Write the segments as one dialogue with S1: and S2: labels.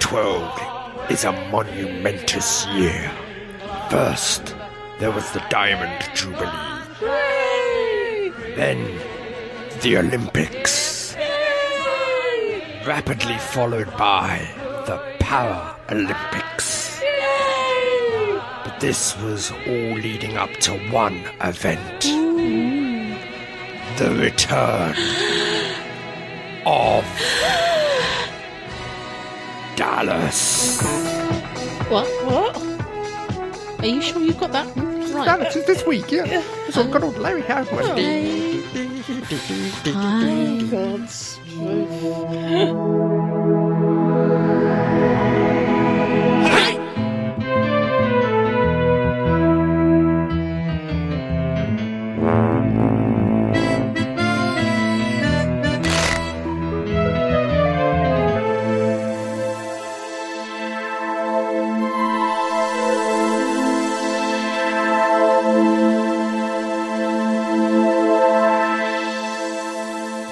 S1: 2012 is a monumentous year. First, there was the Diamond Jubilee. Then, the Olympics. Rapidly followed by the Para Olympics. But this was all leading up to one event the return of Dallas.
S2: What? What? Are you sure you've got that right?
S3: Dallas is this week, yeah. It's on good old Larry Harris.
S2: Hey. Hi.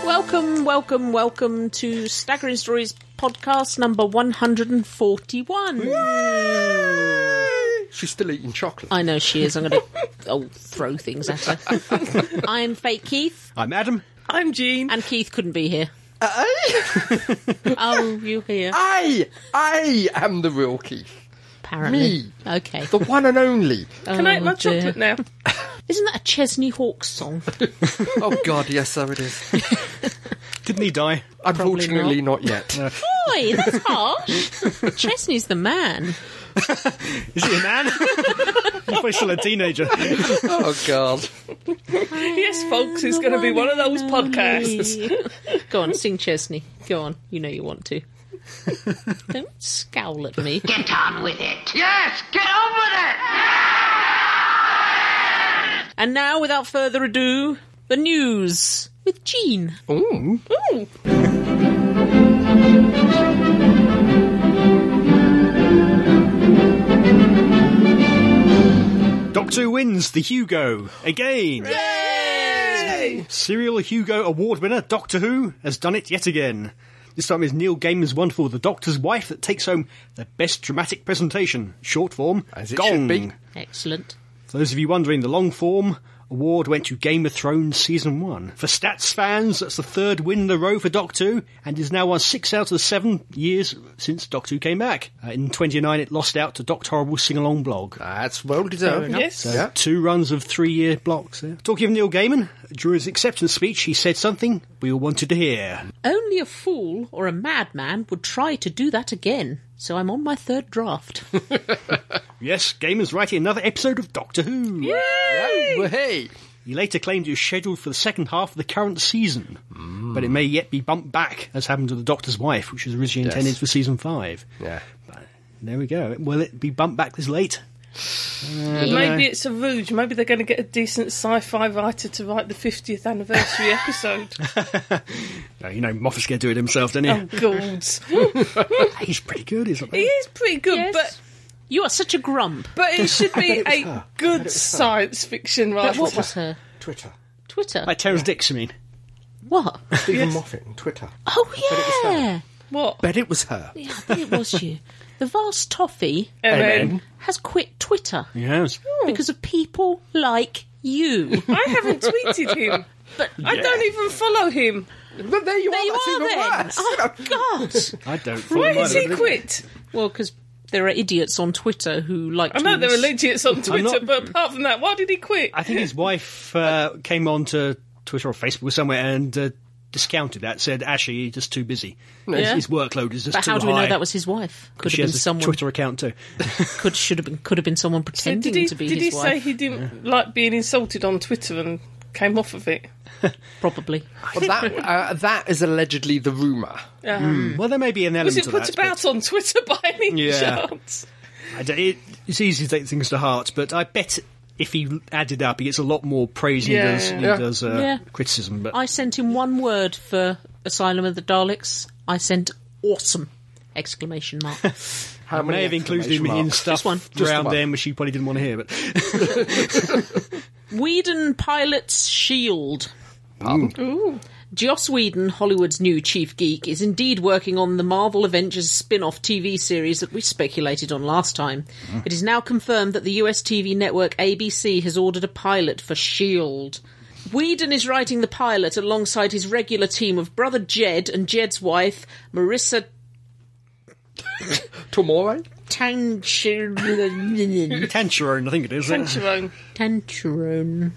S2: Welcome, welcome, welcome to Staggering Stories podcast number 141.
S3: She's still eating chocolate.
S2: I know she is. I'm going to oh, throw things at her. I'm fake Keith,
S4: I'm Adam.
S5: I'm Jean.
S2: and Keith couldn't be here.
S3: I,
S2: Oh, you here?
S1: Ah,
S3: I, I am the real Keith.
S2: Apparently.
S3: me.
S2: Okay.
S3: The one and only.
S5: Can I eat my
S2: Oh, dear.
S5: chocolate now?
S2: Isn't that a Chesney Hawkes song?
S3: Oh, God, yes, so it is.
S4: Didn't he die?
S3: Unfortunately, not, yet.
S2: Boy, that's harsh. Chesney's the man.
S4: Is he a man? He's probably still a teenager.
S3: Oh, God.
S5: yes, folks, it's going to be one of those podcasts.
S2: Go on, sing Chesney. Go on. You know you want to. Don't scowl at me.
S6: Get on with it. Yes, get on with it.
S2: And now, without further ado, the news with Jean.
S3: Ooh.
S4: Doctor Who wins the Hugo again. Serial Hugo Award winner Doctor Who has done it yet again. This time is Neil Gaiman's wonderful The Doctor's Wife that takes home the best dramatic presentation, short form,
S3: As it
S4: Gong.
S3: should be.
S2: Excellent.
S4: For those of you wondering, the long form award went to Game of Thrones Season 1. For stats fans, that's the third win in a row for Doctor Who, and is now on six out of the seven years since Doctor Who came back. Uh, in 29, it lost out to Doctor Horrible's Sing Along blog.
S1: Oh,
S3: That's well deserved.
S5: Yes.
S3: Yeah.
S4: Two runs of three year blocks there. Talking of Neil Gaiman, during his acceptance speech, he said something we all wanted to hear.
S2: Only a fool or a madman would try to do that again. So I'm on my third draft.
S4: Yes, Gaiman's writing another episode of Doctor Who.
S3: Well, hey.
S4: He later claimed it was scheduled for the second half of the current season, but it may yet be bumped back, as happened to the Doctor's Wife, which was originally
S3: Yes.
S4: intended for season five.
S3: Yeah.
S4: There we go. Will it be bumped back this late?
S5: Maybe it's a rouge. Maybe they're going to get a decent sci-fi writer to write the 50th anniversary episode.
S4: No, you know, Moffat's going to do it himself, doesn't he?
S5: Oh, God.
S4: He's pretty good, isn't
S5: He
S4: he?
S5: is pretty good,
S2: Yes.
S5: but
S2: you are such a grump.
S5: but it should be
S3: it was her.
S5: a good science fiction
S2: But
S5: writer.
S2: what was her
S3: Twitter.
S2: Twitter?
S4: Like Terence Dix, I mean.
S2: What?
S3: Stephen Moffat on Twitter.
S2: Oh
S3: was
S2: yeah.
S5: What?
S3: Bet it was her.
S2: yeah, I think it was you. The vast toffee
S5: Erin?
S2: has quit Twitter
S4: Yes.
S2: because of people like you.
S5: I haven't tweeted him. But I don't even follow him.
S3: But there you
S2: There
S3: are.
S2: you
S3: That's
S2: are
S3: even
S2: then.
S3: worse.
S2: Oh God.
S4: I don't follow
S5: Why
S4: my
S5: has he
S4: little-
S5: quit?
S2: Well, because there are idiots on Twitter who like.
S5: I know
S2: to
S5: there are
S2: mis-
S5: idiots on Twitter,
S4: not-
S5: but apart from that, why did he quit?
S4: I think his wife uh, came on to Twitter or Facebook or somewhere and uh, discounted that, said, actually, you're just too busy. His-
S2: Yeah.
S4: His workload is just
S2: But
S4: too
S2: how do we
S4: high.
S2: know that was his wife? Could
S4: She
S2: have
S4: has
S2: been
S4: a
S2: someone.
S4: Twitter account too.
S2: Could should have been. Could have been someone
S5: So
S2: pretending
S5: did he,
S2: to be
S5: did
S2: his
S5: he
S2: wife.
S5: say he didn't like being insulted on Twitter and came off of it?
S2: Probably.
S3: Well, that, uh, that is allegedly the rumour.
S4: Well, there may be an element
S5: Was it
S4: to
S5: put
S4: that. but-
S5: about on Twitter by any
S4: Yeah.
S5: chance?
S4: I don't- it- it's easy to take things to heart, but I bet if he added up, he gets a lot more praise than
S5: Yeah.
S4: he does, than he
S3: Yeah.
S4: does uh,
S2: Yeah.
S4: criticism. But
S2: I sent him one word for Asylum of the Daleks. I sent awesome! Exclamation mark.
S3: How
S4: may have included him in stuff
S2: Just one.
S3: Just
S4: around
S3: the one.
S4: them, which he probably didn't want to hear. But
S2: Whedon pilots Shield. E Joss Whedon, Hollywood's new chief geek, is indeed working on the Marvel Avengers spin off TV series that we speculated on last time. It is now confirmed that the US TV network ABC has ordered a pilot for S.H.I.E.L.D. E Whedon is writing the pilot alongside his regular team of brother Jed and Jed's wife, Marissa
S3: Tomorrow?
S2: Tancherone.
S4: Tancherone, I think it is. isn't it?
S5: Tancherone.
S2: Tancherone.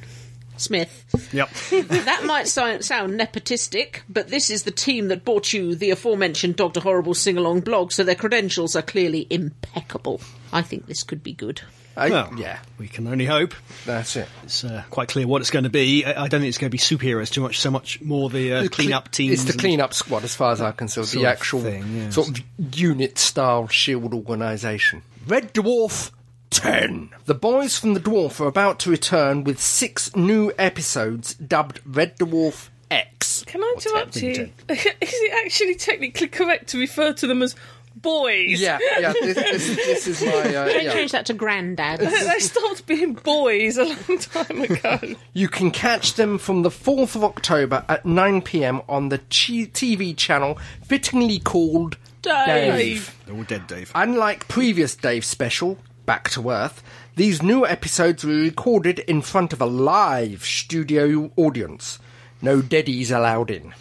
S2: Smith.
S4: Yep.
S2: That might si- sound nepotistic, but this is the team that bought you the aforementioned Dr. Horrible sing along blog, so their credentials are clearly impeccable. I think this could be good.
S3: I,
S4: Well,
S3: Yeah,
S4: we can only hope.
S3: that's it.
S4: It's uh, quite clear what it's going to be. I, I don't think it's going to be superheroes too much, so much more the, uh, clean-up teams.
S3: It's the
S4: and-
S3: clean-up squad, as far as I'm concerned.
S4: Sort
S3: the
S4: of
S3: actual
S4: thing, yes.
S3: sort of unit-style shield organisation.
S1: Red Dwarf 10.
S3: The boys from the Dwarf are about to return with six new episodes dubbed Red Dwarf X.
S5: Can I interrupt you? Is it actually technically correct to refer to them as boys?
S3: Yeah, yeah. This, this, this is my. Uh,
S2: Don't
S3: yeah.
S2: change that to granddads.
S5: They stopped being boys a long time ago.
S3: You can catch them from the 4th of October at 9 pm on the chi- TV channel fittingly called
S2: Dave.
S4: They're all dead, Dave.
S3: Unlike previous Dave special, Back to Earth, these new episodes were recorded in front of a live studio audience. No deadies allowed in.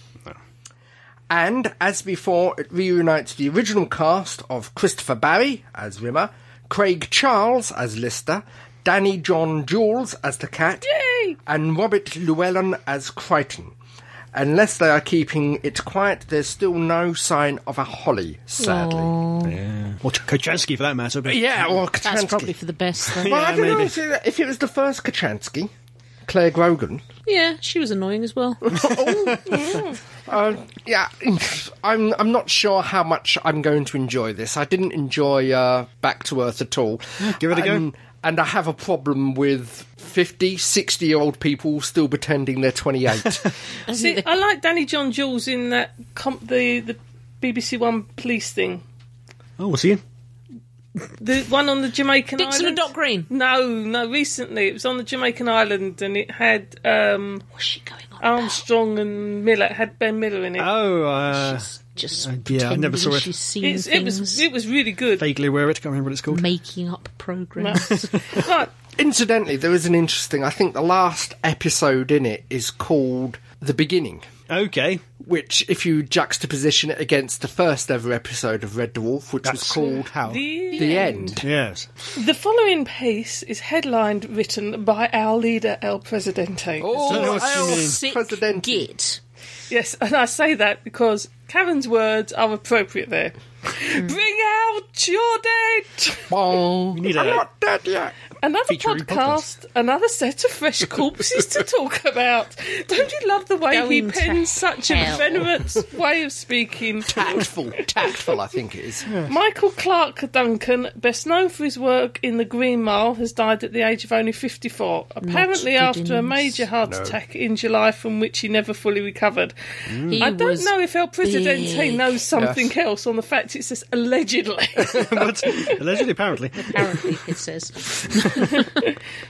S3: And, as before, it reunites the original cast of Christopher Barry as Rimmer, Craig Charles as Lister, Danny John Jules as the cat, and Robert Llewellyn as Crichton. Unless they are keeping it quiet, there's still no sign of a Holly, sadly.
S4: Or Kochansky, for that matter. But
S3: Yeah, well,
S2: That's
S3: Kachansky.
S2: probably for the best, though.
S3: well, I
S4: Yeah,
S3: don't know
S4: maybe.
S3: if it, if it was the first Kachansky, Claire Grogan.
S2: yeah, she was annoying as well.
S3: Uh, yeah, I'm I'm not sure how much I'm going to enjoy this. I didn't enjoy uh, Back to Earth at all.
S4: give it a go.
S3: and, And I have a problem with 50, 60 year old people still pretending they're 28.
S5: See, I like Danny John Jules in that comp, the the BBC One police thing,
S4: Oh, we'll see you.
S5: the one on the Jamaican
S2: Dixon and
S5: island.
S2: Doc Green.
S5: No, no. Recently, it was on the Jamaican island, and it had um,
S2: What's she going on?
S5: Armstrong and Miller. It had Ben Miller in it.
S4: Oh, uh,
S2: Just
S4: Uh, yeah, I
S2: pretending
S4: never saw it.
S2: she's seen
S5: it's, it
S2: things,
S5: was it was really good.
S4: vaguely aware of it. Can't remember what it's called.
S2: making up programs.
S5: Right.
S3: Incidentally, there is an interesting. I think the last episode in it is called The Beginning.
S4: Okay.
S3: Which, if you juxtaposition it against the first ever episode of Red Dwarf, which was
S4: That's-
S3: called How
S5: The,
S3: The End.
S4: Yes.
S5: The following piece is headlined, written by our leader El Presidente.
S4: don't know what you
S3: El
S4: mean.
S2: Sick
S3: Presidente.
S2: git.
S5: Yes, and I say that because Karen's words are appropriate there. Bring out your dead.
S3: Bong.
S4: We need
S3: I'm
S4: a-
S3: not dead yet.
S5: Another
S4: Featuring
S5: podcast, another set of fresh corpses to talk about. Don't you love the way he
S2: Going to
S5: pens such a
S2: hell.
S5: venomous way of speaking?
S3: Tactful, tactful, I think it is.
S5: Michael Clark Duncan, best known for his work in The Green Mile, has died at the age of only 54, apparently after a
S2: Giddings.
S5: major heart attack in July from which he never fully recovered.
S2: He
S5: Mm. I don't
S2: was
S5: know if El Presidente
S2: big.
S5: knows something else on the fact it says allegedly.
S4: but, allegedly, apparently.
S2: Apparently, it says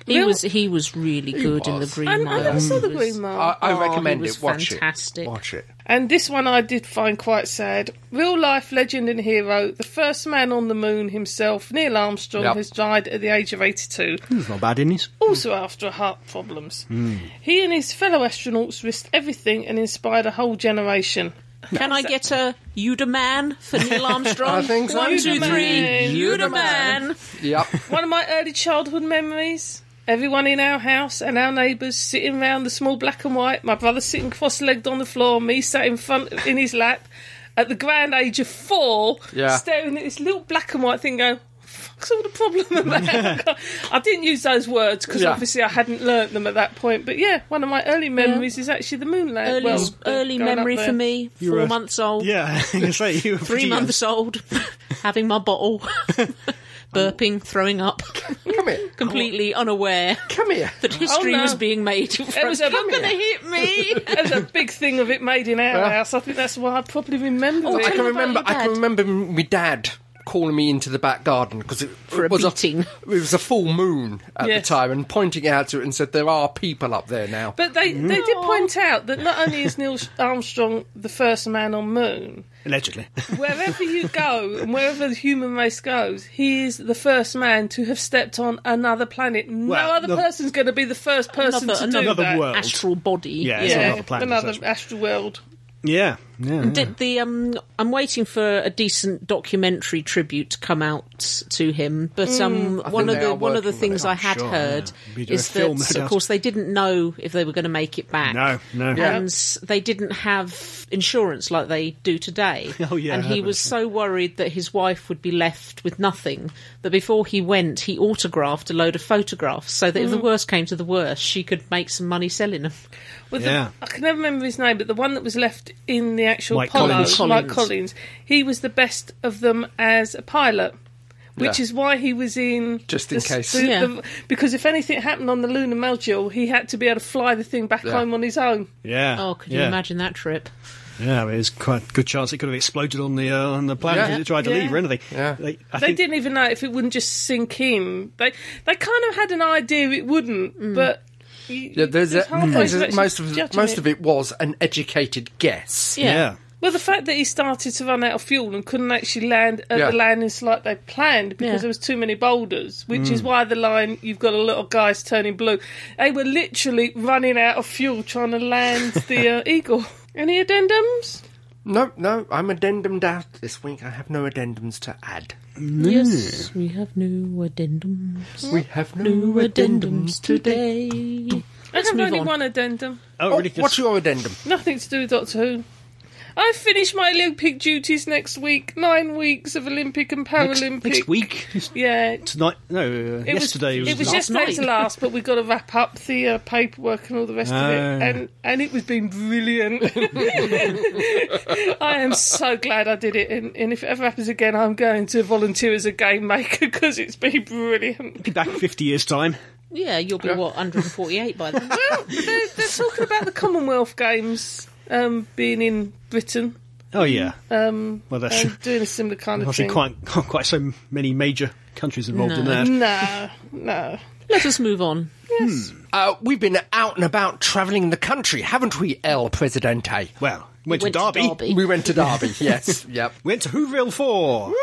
S2: he was he was really good in the Green
S5: and I
S2: Mile.
S5: never saw
S2: He
S5: The
S2: was-
S5: Green Mile.
S3: Mm. I, I
S2: Oh,
S3: recommend
S2: he was
S3: it. Watch
S2: fantastic.
S3: it. Watch it.
S5: And this one I did find quite sad. Real life legend and hero, the first man on the moon himself, Neil Armstrong,
S3: Yep.
S5: has died at the age of 82,
S4: It's not bad, innings.
S5: also after heart problems.
S3: Hmm.
S5: He and his fellow astronauts risked everything and inspired a whole generation.
S2: Can I get a Yuda man for Neil Armstrong?
S3: I think so.
S2: One, two,
S5: Youda man.
S2: three.
S5: Youda Uh,
S2: Yuda man.
S3: Yep.
S5: One of my early childhood memories. Everyone in our house and our neighbours sitting round the small black and white. My brother sitting cross-legged on the floor, me sat in front in his lap. At the grand age of four,
S3: Yeah.
S5: staring at this little black and white thing, going, "Fuck's all the problem about?" I didn't use those words because
S3: Yeah.
S5: obviously I hadn't learnt them at that point. But yeah, one of my early memories is actually the moon land.
S2: Early,
S5: well,
S2: early
S5: going up
S2: memory
S5: there.
S2: for me.
S4: You
S2: four
S4: were-
S2: months old.
S4: Yeah, I can say you were
S2: Oh. Three
S4: pretty uh, young.
S2: months old. having my bottle. Burping, throwing up,
S3: Come here.
S2: completely unaware
S3: Come here.
S2: that history
S5: Oh, no.
S2: was being made. It
S5: was a-
S2: You're going to hit me.
S5: There's a big thing of it made in our
S3: Yeah.
S5: house. I think that's why I probably remember it.
S3: I
S2: tell
S3: can
S2: me about
S3: remember.
S2: your
S3: I can
S2: dad.
S3: remember my dad calling me into the back garden because it,
S2: a
S3: it was
S2: beating.
S3: it was a full moon at
S5: Yes.
S3: the time and pointing out to it and said there are people up there now.
S5: But they, they did point out that not only is Neil Armstrong the first man on moon,
S4: Allegedly.
S5: wherever you go and wherever the human race goes, he is the first man to have stepped on another planet. no
S4: Well,
S5: other
S4: no-
S5: person's going to be the first person
S2: Another-
S5: to do
S2: another
S5: that.
S4: world.
S2: Astral body.
S4: Yeah, it's
S5: Yeah,
S4: another planet.
S5: another
S4: essentially.
S5: astral world.
S4: yeah, yeah. yeah.
S2: Did the um, I'm waiting for a decent documentary tribute to come out to him,
S4: Mm.
S2: but um, one of
S3: they
S2: the
S3: are
S2: one of the
S3: working on it,
S2: things I
S3: I'm
S2: had
S4: sure,
S2: heard
S4: yeah. Be doing
S2: is
S4: a
S2: that,
S4: film, no
S2: of
S4: doubt.
S2: course, they didn't know if they were going to make it back.
S4: No, no.
S3: Yeah.
S2: and they didn't have insurance like they do today.
S4: Oh, yeah,
S2: and
S4: I
S2: he
S4: have
S2: was
S4: it.
S2: so worried that his wife would be left with nothing that before he went, he autographed a load of photographs so that if
S4: Mm.
S2: the worst came to the worst, she could make some money selling them.
S5: With
S4: Yeah.
S5: the, I can never remember his name, but the one that was left in the actual
S4: Mike
S5: Apollo,
S4: Collins.
S5: Mike
S2: Collins.
S5: Collins, he was the best of them as a pilot, which
S3: Yeah.
S5: is why he was in
S3: Just in
S5: the s-
S3: case.
S5: the-
S2: Yeah.
S5: the- because if anything happened on the lunar module, he had to be able to fly the thing back
S3: Yeah.
S5: home on his own.
S4: Yeah.
S2: Oh, could
S4: yeah.
S2: you imagine that trip?
S4: Yeah, I mean, there's quite a good chance it could have exploded on the uh, on the planet
S3: Yeah.
S4: as it tried to
S5: Yeah.
S4: leave or anything.
S3: Yeah.
S4: They, I
S5: They
S4: think-
S5: didn't even know if it wouldn't just sink in. They they kind of had an idea it wouldn't,
S2: Mm.
S5: but y-
S3: yeah, there's
S5: it's
S3: a-
S5: hard for us
S3: there's
S5: to
S3: a-
S5: actually
S3: most of
S5: judge
S3: most of it was an educated guess.
S4: Yeah.
S5: Well, the fact that he started to run out of fuel and couldn't actually land at
S3: Yeah.
S5: the landing site they planned because
S2: Yeah.
S5: there was too many boulders, which is why the line "You've got a lot of guys turning blue." They were literally running out of fuel trying to land the uh, Eagle. Any addendums?
S3: No, no, I'm addendum out this week. I have no addendums to add.
S2: Yes, we have new addendums.
S3: We have no
S2: New
S3: addendums
S2: addendums
S3: today.
S2: today.
S5: I have
S2: move
S5: only
S2: on.
S5: one addendum.
S4: Oh,
S3: Oh,
S4: really? 'Cause-
S3: what's your addendum?
S5: Nothing to do with Doctor Who. I finish my Olympic duties next week. Nine weeks of Olympic and
S4: next,
S5: Paralympic.
S4: next week? It's
S5: Yeah,
S4: Tonight? No, uh,
S5: It
S4: yesterday was,
S5: was, it was
S4: the last-
S5: yesterday
S2: night.
S5: to last, but we got to wrap up the uh, paperwork and all the rest of
S4: Oh.
S5: it, and and it was been brilliant. I am so glad I did it, and, and if it ever happens again, I'm going to volunteer as a game maker because it's been brilliant.
S4: be back 50 years' time.
S2: Yeah, you'll be what 148 by then.
S5: Well, they're, they're talking about the Commonwealth Games um, being in Britain
S4: Oh, yeah.
S5: um,
S4: Well, that's
S5: and doing a similar kind of
S4: obviously
S5: thing.
S4: quite, not quite so many major countries involved in
S2: No.
S4: that.
S5: No, Mm. no.
S2: Let us move on.
S3: Uh, we've been out and about travelling the country, haven't we, El Presidente?
S4: Well, went,
S2: Went
S4: to
S2: to
S4: Derby.
S2: Derby.
S3: We went to Derby, yes. Yep.
S4: Went to Whoville 4.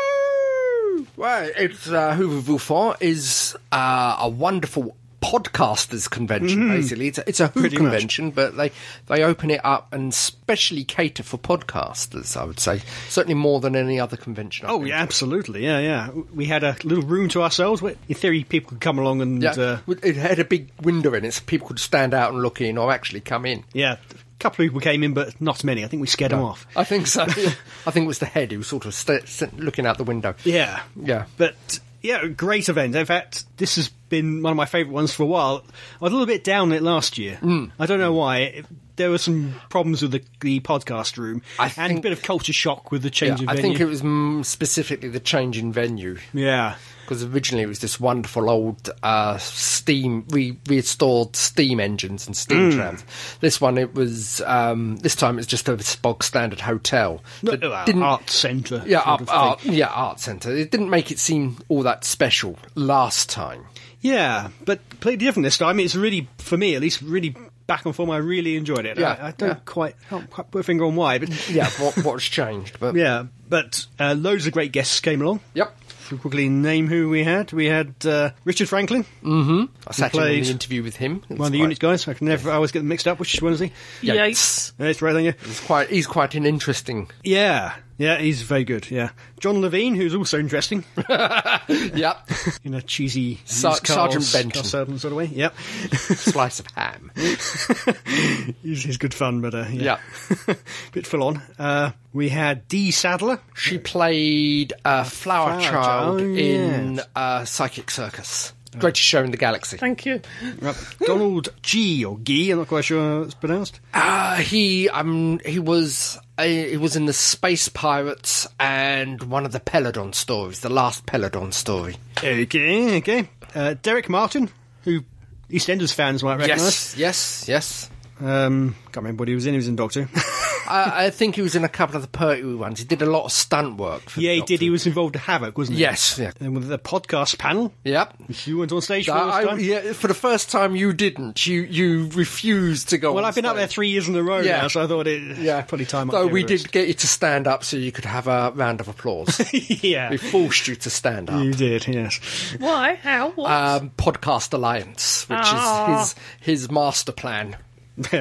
S3: Well, it's uh, Hooverville 4 is uh, a wonderful podcasters convention, basically. It's a, it's a Who
S4: Mm-hmm. Pretty much.
S3: convention, but they, they open it up and specially cater for podcasters, I would say. Certainly more than any other convention. I've
S4: Oh,
S3: been
S4: yeah,
S3: to.
S4: absolutely. Yeah, yeah. We had a little room to ourselves where, in theory, people could come along and.
S3: Yeah,
S4: Uh,
S3: it had a big window in it, so people could stand out and look in, or actually come in.
S4: yeah, a couple of people came in, but not many. I think we scared them off.
S3: I think so. I think it was the head who was sort of sta st- looking out the window.
S4: Yeah.
S3: Yeah.
S4: But yeah, great event. In fact, this has been one of my favourite ones for a while. I was a little bit down on it last year.
S3: Hmm.
S4: I don't know why. It- There were some problems with the, the podcast room
S3: I
S4: and a
S3: think-
S4: bit of culture shock with the
S3: Yeah,
S4: change of
S3: I
S4: venue.
S3: think it was mm, specifically the change in venue
S4: yeah.
S3: because originally it was this wonderful old uh, steam re- restored steam engines and steam
S4: Mm.
S3: trams. This one, it was um, this time it was just a bog standard hotel.
S4: No,
S3: that
S4: well,
S3: didn't-
S4: uh, art centre.
S3: yeah,
S4: sort
S3: art,
S4: of thing.
S3: art, yeah, art centre. It didn't make it seem all that special last time.
S4: Yeah, but completely different this time. It's really, for me at least, really back and forth. I really enjoyed it.
S3: Yeah,
S4: I, I don't
S3: yeah.
S4: quite can't quite put a finger on why, but
S3: Yeah, what, what's changed? But
S4: yeah, but uh, loads of great guests came along.
S3: yep,
S4: Should we quickly name who we had? We had uh, Richard Franklin,
S3: I sat in on
S4: played
S3: the interview with him. It
S4: one
S3: was
S4: of the
S3: quite-
S4: unit guys. I can never I always get them mixed up. Which one is he?
S5: Yates.
S4: Yeah, it's right on you.
S3: It's quite. He's quite an interesting.
S4: Yeah, yeah, he's very good. Yeah, John Levine, who's also interesting
S3: Yep,
S4: in a cheesy
S3: Ser-
S4: used cars-
S3: Sergeant Benton.
S4: car salesman sort of way. Yep,
S3: slice of ham.
S4: he's, he's good fun, but uh, yeah,
S3: Yeah.
S4: bit full on. Uh, we had Dee Sadler.
S3: She played uh,
S4: Flower
S3: Flower, Child
S4: Child, oh,
S3: in
S4: yes.
S3: uh, Psychic Circus. Greatest show in the galaxy.
S5: Thank you.
S4: Yep. Donald G or Gee, I'm not quite sure how it's pronounced.
S3: Uh, he um he was uh, he was in the Space Pirates and one of the Peladon stories, the last Peladon story.
S4: Okay, okay. Uh, Derek Martin, who EastEnders fans might recognise.
S3: yes, yes, yes.
S4: Um, can't remember what he was in. He was in Doctor. Who.
S3: I, I think he was in a couple of the Pertwee ones. He did a lot of stunt work. For
S4: Yeah,
S3: the
S4: he did.
S3: Doctor.
S4: He was involved in Havoc, wasn't he?
S3: Yes, yeah.
S4: And with the podcast panel,
S3: Yep.
S4: which you went on stage for.
S3: Uh,
S4: this
S3: I-
S4: time.
S3: yeah, for the first time, you didn't. You you refused to go.
S4: Well,
S3: on
S4: I've been up there
S3: stage.
S4: three years in a row
S3: Yeah.
S4: now, so I thought it
S3: Yeah,
S4: probably time. up
S3: So
S4: to
S3: we
S4: Everest.
S3: did get you to stand up, so you could have a round of applause.
S4: yeah,
S3: we forced you to stand up.
S4: you did. Yes.
S5: Why? How? What?
S3: Um, Podcast Alliance, which
S5: Ah.
S3: is his his master plan.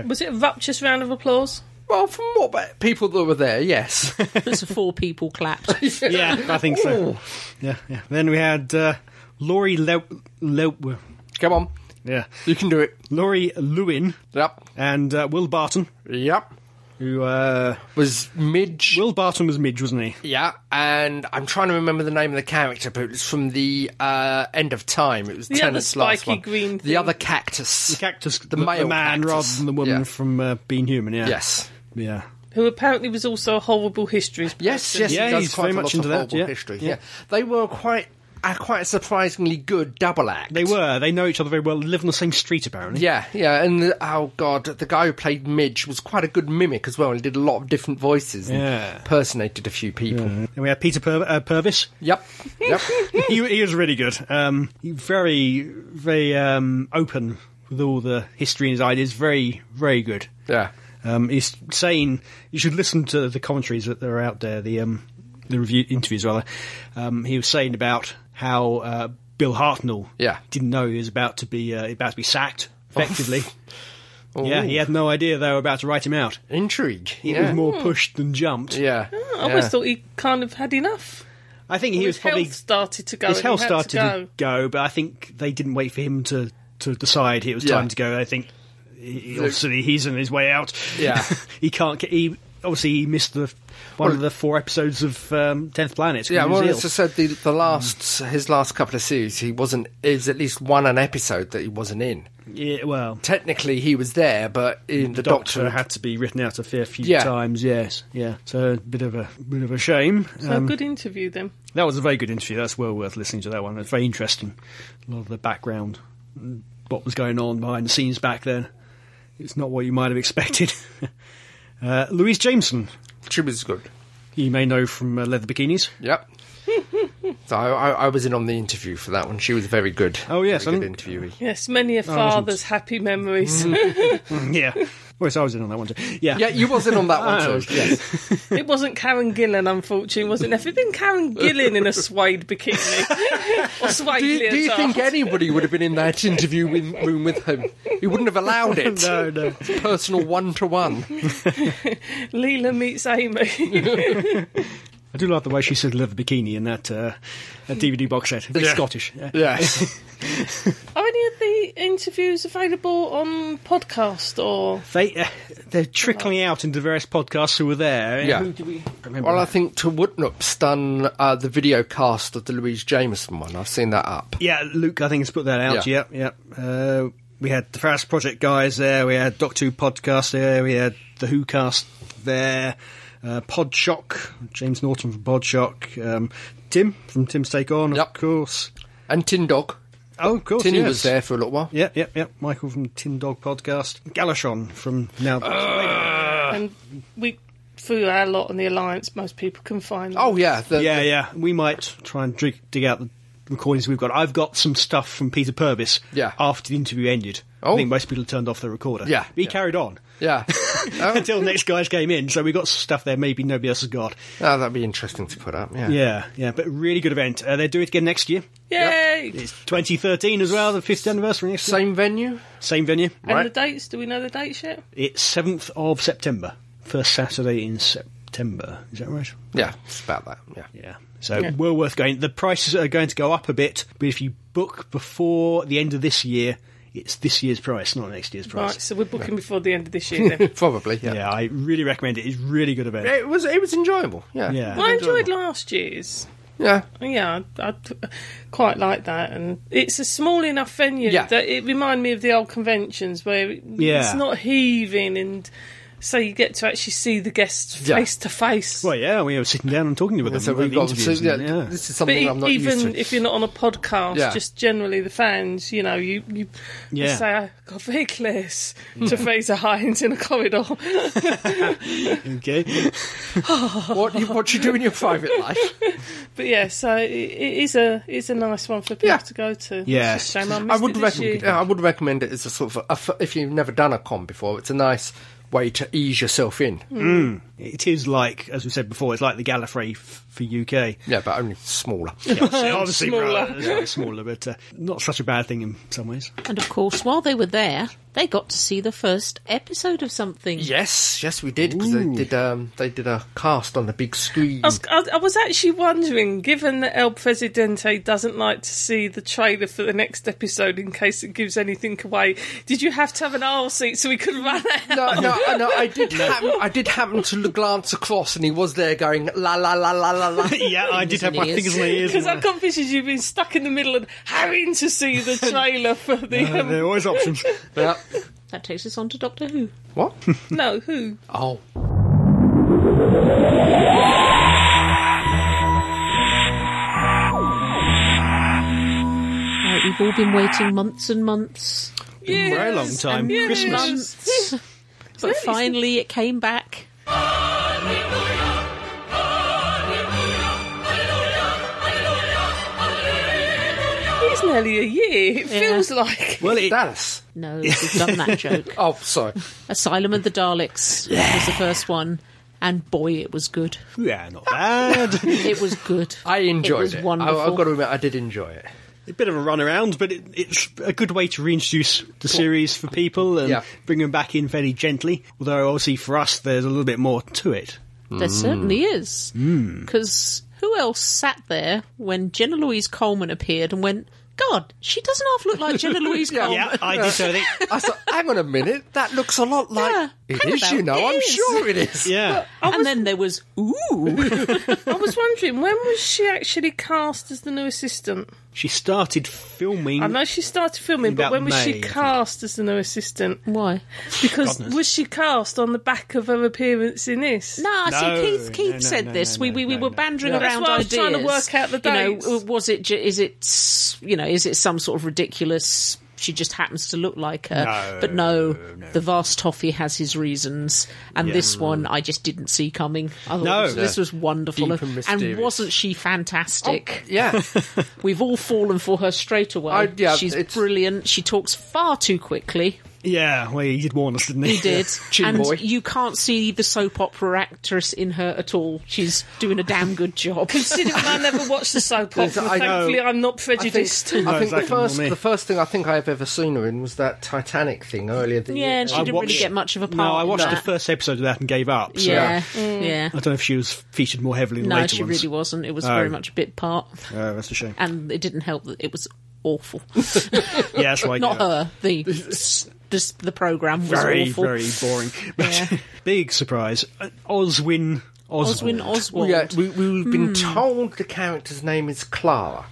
S5: was it a rapturous round of applause?
S3: Well, from what ba- people that were there, yes.
S2: That's four people clapped.
S4: Yeah, I think so.
S3: Ooh.
S4: Yeah, yeah. Then we had uh, Laurie Le- Le-
S3: Come on,
S4: yeah,
S3: you can do it.
S4: Laurie Lewin
S3: Yep,
S4: and uh, Will Barton,
S3: yep.
S4: who uh,
S3: Was Midge?
S4: Will Barton was Midge, wasn't he?
S3: Yeah, and I'm trying to remember the name of the character, but it was from the uh, end of time. It was
S5: The other
S3: Tennant's last
S5: spiky
S3: one.
S5: green
S3: the
S5: thing.
S3: other cactus.
S4: The cactus, the,
S3: male
S4: man
S3: cactus.
S4: rather than the woman
S3: Yeah.
S4: from uh, Being Human. Yeah.
S3: Yes.
S4: Yeah.
S5: Who apparently was also a horrible histories.
S3: Yes, yes,
S4: Yeah,
S3: he does
S4: he's
S3: quite
S4: very
S3: a
S4: much
S3: lot
S4: into
S3: of
S4: that,
S3: horrible
S4: yeah.
S3: history.
S4: Yeah.
S3: Yeah. they were quite a quite surprisingly good double act.
S4: They were. They know each other very well. They live on the same street, apparently.
S3: Yeah, yeah, and oh god, the guy who played Midge was quite a good mimic as well. He did a lot of different voices. and
S4: Yeah.
S3: impersonated a few people.
S4: And we had Peter Pur- uh, Purvis.
S3: Yep, yep.
S4: he, he was really good. Um, he very, very um, open with all the history in his ideas. Very, very good.
S3: yeah,
S4: Um, he's saying you should listen to the commentaries that are out there, the um, the review interviews rather. Um, he was saying about how uh, Bill Hartnell
S3: Yeah.
S4: didn't know he was about to be uh, about to be sacked effectively.
S3: Oh.
S4: yeah, he had no idea they were about to write him out.
S3: intrigue.
S4: He
S3: yeah. Hmm.
S4: was more pushed than jumped.
S3: yeah.
S4: Oh,
S5: I always
S3: yeah.
S5: thought he kind of had enough.
S4: I think he
S5: his
S4: was probably
S5: health started to go.
S4: his
S5: and he
S4: health
S5: had
S4: started to go.
S5: go.
S4: but I think they didn't wait for him to, to decide it was
S3: Yeah.
S4: time to go. I think he- he- obviously he's on his way out.
S3: Yeah.
S4: he can't get. He obviously he missed the one of the four episodes of um, Tenth Planet. 'cause
S3: Yeah,
S4: he
S3: well,
S4: was
S3: as I
S4: ill.
S3: said, the, the last his last couple of series, he wasn't. It was at least one an episode that he wasn't in.
S4: yeah, well,
S3: Technically, he was there, but in the,
S4: Doctor,
S3: doctor,
S4: had to be written out a fair few
S3: Yeah.
S4: times. Yes, yeah. So a bit of a bit of a shame.
S5: So good interview then.
S4: That was a very good interview. That's well worth listening to that one. It's very interesting. A lot of the background, what was going on behind the scenes back then. It's not what you might have expected. uh, Louise Jameson,
S3: she was good.
S4: you may know from uh, Leather Bikinis.
S3: Yep. so I, I, I was in on the interview for that one. She was very good.
S4: Oh, yes,
S3: very
S4: I
S3: good
S4: think-
S3: interviewee.
S5: Yes, many a father's happy memories.
S4: yeah. Well, so I was in on that one too. Yeah.
S3: Yeah, you was in on that
S4: Oh,
S3: one too. yes.
S5: it wasn't Karen Gillan, unfortunately, wasn't it? If it had been Karen Gillan in a suede bikini or suede
S3: Do you, do you
S5: leotard.
S3: think anybody would have been in that interview with, room with him? He wouldn't have allowed it.
S4: no, no.
S3: Personal one to one.
S5: Leela meets Amy?
S4: I do like the way she said leather bikini in that, uh, that DVD box set. Very
S3: Yeah.
S4: Scottish. Uh, Yeah.
S3: Yes.
S5: Are any of the interviews available on podcast or?
S4: They, uh, they're trickling out into various podcasts who were there.
S3: Yeah.
S4: Who do we remember?
S3: Well, I think to Woodnup's done uh, the video cast of the Louise Jameson one. I've seen that up.
S4: Yeah, Luke, I think has put that out.
S3: Yeah.
S4: Yep, yep. Uh, we had the Ferris Project guys there. We had Doctor Who podcast there. We had the Who cast there. Uh, Podshock, James Norton from Podshock. Um, Tim from Tim's Take On,
S3: Yep.
S4: of course.
S3: And Tin Dog.
S4: Oh, of course.
S3: Tinny
S4: yes.
S3: was there for a little while.
S4: Yep, yep, yep. Michael from Tin Dog podcast. Galashon from now.
S3: Uh,
S5: And we, through our lot on the Alliance, most people can find. them.
S3: Oh, yeah. The,
S4: yeah, yeah. We might try and dig, dig out the recordings we've got. I've got some stuff from Peter Purvis.
S3: Yeah.
S4: After the interview ended, I
S3: Oh.
S4: think most people turned off their recorder.
S3: Yeah,
S4: He
S3: yeah.
S4: carried on.
S3: Yeah. oh,
S4: until the next guys came in. So we got stuff there maybe nobody else has got.
S3: oh, that'd be interesting to put up. Yeah.
S4: Yeah, yeah, but really good event. Uh, they do it again next year.
S5: yay!
S4: It's 2013 as well, the 50th anniversary next year.
S3: Same venue?
S4: Same venue.
S5: And
S3: Right.
S5: the dates? Do we know the dates yet?
S4: It's 7th of September. First Saturday in September. Is that right?
S3: Yeah, it's about that. Yeah.
S4: Yeah. So well worth going. The prices are going to go up a bit, but if you book before the end of this year, it's this year's price, not next year's
S5: Right,
S4: price.
S5: so we're booking before the end of this year then.
S3: Probably, yeah.
S4: Yeah, I really recommend it. It's a really good event.
S3: It was it was enjoyable. Yeah.
S4: Yeah.
S5: I enjoyed last year's. Oh,
S3: Yeah.
S5: Yeah, I, I quite like that, and it's a small enough venue
S3: Yeah.
S5: that it reminded me of the old conventions where
S4: Yeah.
S5: it's not heaving and So you get to actually see the guests
S3: Yeah.
S5: face to face.
S4: Well, yeah, we were sitting down and talking to them.
S3: So
S4: we were
S3: we've
S4: doing
S3: got so,
S4: interviews.
S3: yeah,
S4: and- yeah.
S3: this
S5: But
S3: is something
S5: e-
S3: I'm not
S5: even
S3: used to.
S5: if you're not on a podcast,
S3: Yeah.
S5: just generally the fans, you know, you you
S4: Yeah.
S5: say, "I got very close to Fraser Hines in a corridor."
S4: Okay.
S3: what, you, what you do in your private life?
S5: but yeah, so it, it is a it's a nice one for people
S3: Yeah.
S5: to go to.
S4: Yeah.
S5: It's a shame I, missed
S3: I would
S5: it this year.
S3: recommend. Yeah, I would recommend it as a sort of a f if you've never done a con before. It's a nice way to ease yourself in.
S5: Hmm.
S4: It is like, as we said before, it's like the Gallifrey f- for UK.
S3: Yeah, but only smaller.
S4: So obviously,
S5: Smaller.
S4: rather- yeah, smaller, but uh, not such a bad thing in some ways.
S2: And of course, while they were there, they got to see the first episode of something.
S3: Yes, yes, we did because they did. Um, they did a cast on the big screen.
S5: I was, I, I was actually wondering, given that El Presidente doesn't like to see the trailer for the next episode in case it gives anything away, did you have to have an aisle seat so we could run out?
S3: No, no, no, I did. Happen, I did happen to look- glance across, and he was there going la la la la la la.
S4: yeah, I did have my
S2: ears.
S4: fingers in my ears.
S5: Because
S4: and
S5: I can't envision you being stuck in the middle and having to see the trailer for the.
S4: my- There
S5: Um,
S4: are always options.
S3: Yeah.
S2: That takes us on to Doctor Who.
S3: What?
S5: no, who?
S3: Oh,
S2: Right, we've all been waiting months and months,
S5: Yes,
S4: very long time.
S5: and yes.
S4: Christmas.
S2: months. but finally, it came back.
S5: It's nearly a year. It feels like.
S4: Well, it,
S3: Dallas.
S2: No, we've done that joke.
S3: Oh, sorry.
S2: Asylum of the Daleks was the first one, and boy, it was good.
S4: yeah, not bad.
S2: It was good.
S3: I enjoyed it.
S2: It was wonderful.
S3: I, have got to admit, I did enjoy it.
S4: a bit of a runaround, but it, it's a good way to reintroduce the series for people and
S3: Yeah.
S4: bring them back in fairly gently. Although, obviously, for us, there's a little bit more to it.
S3: Mm.
S2: There certainly is. Because who else sat there when Jenna Louise Coleman appeared and went, God, she doesn't half look like Jenna Louise
S5: Oh,
S3: Yeah.
S2: Coleman.
S4: Yeah, I did so. Think,
S3: I thought, hang on a minute, that looks a lot like
S2: Yeah,
S3: it
S2: hang
S3: is.
S2: about,
S3: You know,
S2: it
S3: I'm
S2: is.
S3: sure it is.
S4: yeah,
S2: And then there was, ooh.
S5: I was wondering, when was she actually cast as the new assistant?
S4: she started filming.
S5: I know she started filming, but
S4: About
S5: when was
S4: May, I
S5: she
S4: think.
S5: cast as the new assistant?
S2: Why?
S5: Because
S4: Goodness.
S5: was she cast on the back of her appearance in this?
S2: Nah,
S4: No,
S2: see, Keith, Keith
S4: no, no,
S2: said
S4: no,
S2: this.
S4: no,
S2: we we, we
S4: no,
S2: were
S4: no.
S2: bandering
S5: That's
S2: around
S5: why I was
S2: ideas.
S5: trying to work out the dates.
S2: You know, was it? ju- Is it? You know, is it some sort of ridiculous? She just happens to look like her. but no, the vast toffee has his reasons, and this one I just didn't see coming. I thought
S4: No.
S2: this, this was wonderful,
S3: Deep and mysterious.
S2: wasn't she
S5: Oh.
S2: fantastic?
S3: Yeah,
S2: We've all fallen for her straight away.
S3: I- yeah,
S2: She's
S3: it's-
S2: brilliant. She talks far too quickly.
S4: yeah, well, he did warn us, didn't he?
S2: He did.
S3: Chin
S2: and
S3: boy.
S2: you can't see the soap opera actress in her at all. She's doing a damn good job.
S5: Considering I never watched the soap opera,
S3: I know.
S5: thankfully I'm not
S3: I think,
S5: prejudiced.
S3: I think
S4: exactly,
S3: the first
S4: not me.
S3: the first thing I think I've ever seen her in was that Titanic thing earlier. The
S2: yeah, and she
S4: I
S2: didn't
S4: watched-
S2: really get much of a part.
S4: No, I
S2: in
S4: watched the
S2: that.
S4: first episode of that and gave up. So
S2: Yeah, yeah.
S4: I don't know if she was featured more heavily in
S2: No,
S4: later
S2: she
S4: ones.
S2: really wasn't. It was
S4: Oh.
S2: very much a bit part,
S4: Oh, that's a shame.
S2: and it didn't help that it was awful.
S4: yeah, that's right.
S2: Not
S4: yeah.
S2: her. The the, the program was
S4: Very,
S2: awful.
S4: very boring. But
S2: Yeah.
S4: big surprise. uh, Oswin Oswald.
S2: Oswin Oswald.
S3: yeah. We, we've been
S2: Hmm.
S3: told the character's name is Clara,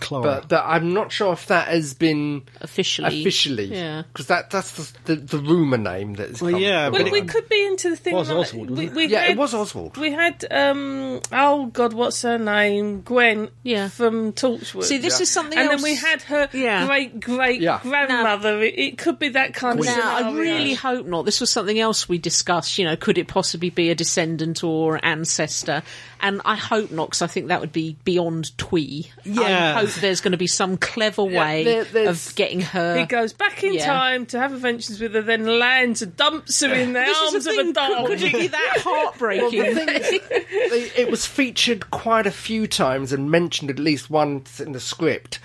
S4: Clara.
S3: but that I'm not sure if that has been
S2: Oh. officially,
S3: officially.
S2: yeah.
S3: because that that's the the, the rumor name that is.
S4: well, yeah,
S5: We,
S4: but
S5: we could be into the thing.
S4: Was
S5: like-
S4: Oswald,
S5: we,
S4: wasn't
S5: we
S3: yeah,
S5: had,
S3: it was Oswald.
S5: We had um, oh god, what's her name? Gwen.
S2: Yeah.
S5: from Torchwood.
S2: See, this is something
S5: and
S2: else.
S5: then we had her
S2: Yeah.
S5: great great
S3: Yeah.
S5: grandmother. It, it could be that kind of.
S2: No, I
S5: scenario.
S2: really hope not. This was something else we discussed. You know, could it possibly be a descendant or ancestor? And I hope not, because I think that would be beyond twee.
S4: Yeah.
S2: I hope there's going to be some clever way
S3: there- there's-
S2: of getting
S5: He
S2: her.
S5: goes back in
S2: Yeah.
S5: time to have adventures with her, then lands and dumps her in the
S2: This
S5: arms
S2: is the
S5: of a
S2: thing.
S5: dog.
S2: Could, could it be that
S3: Well, the
S2: heartbreaking?
S3: thing is, they- it was featured quite a few times and mentioned at least once in the script.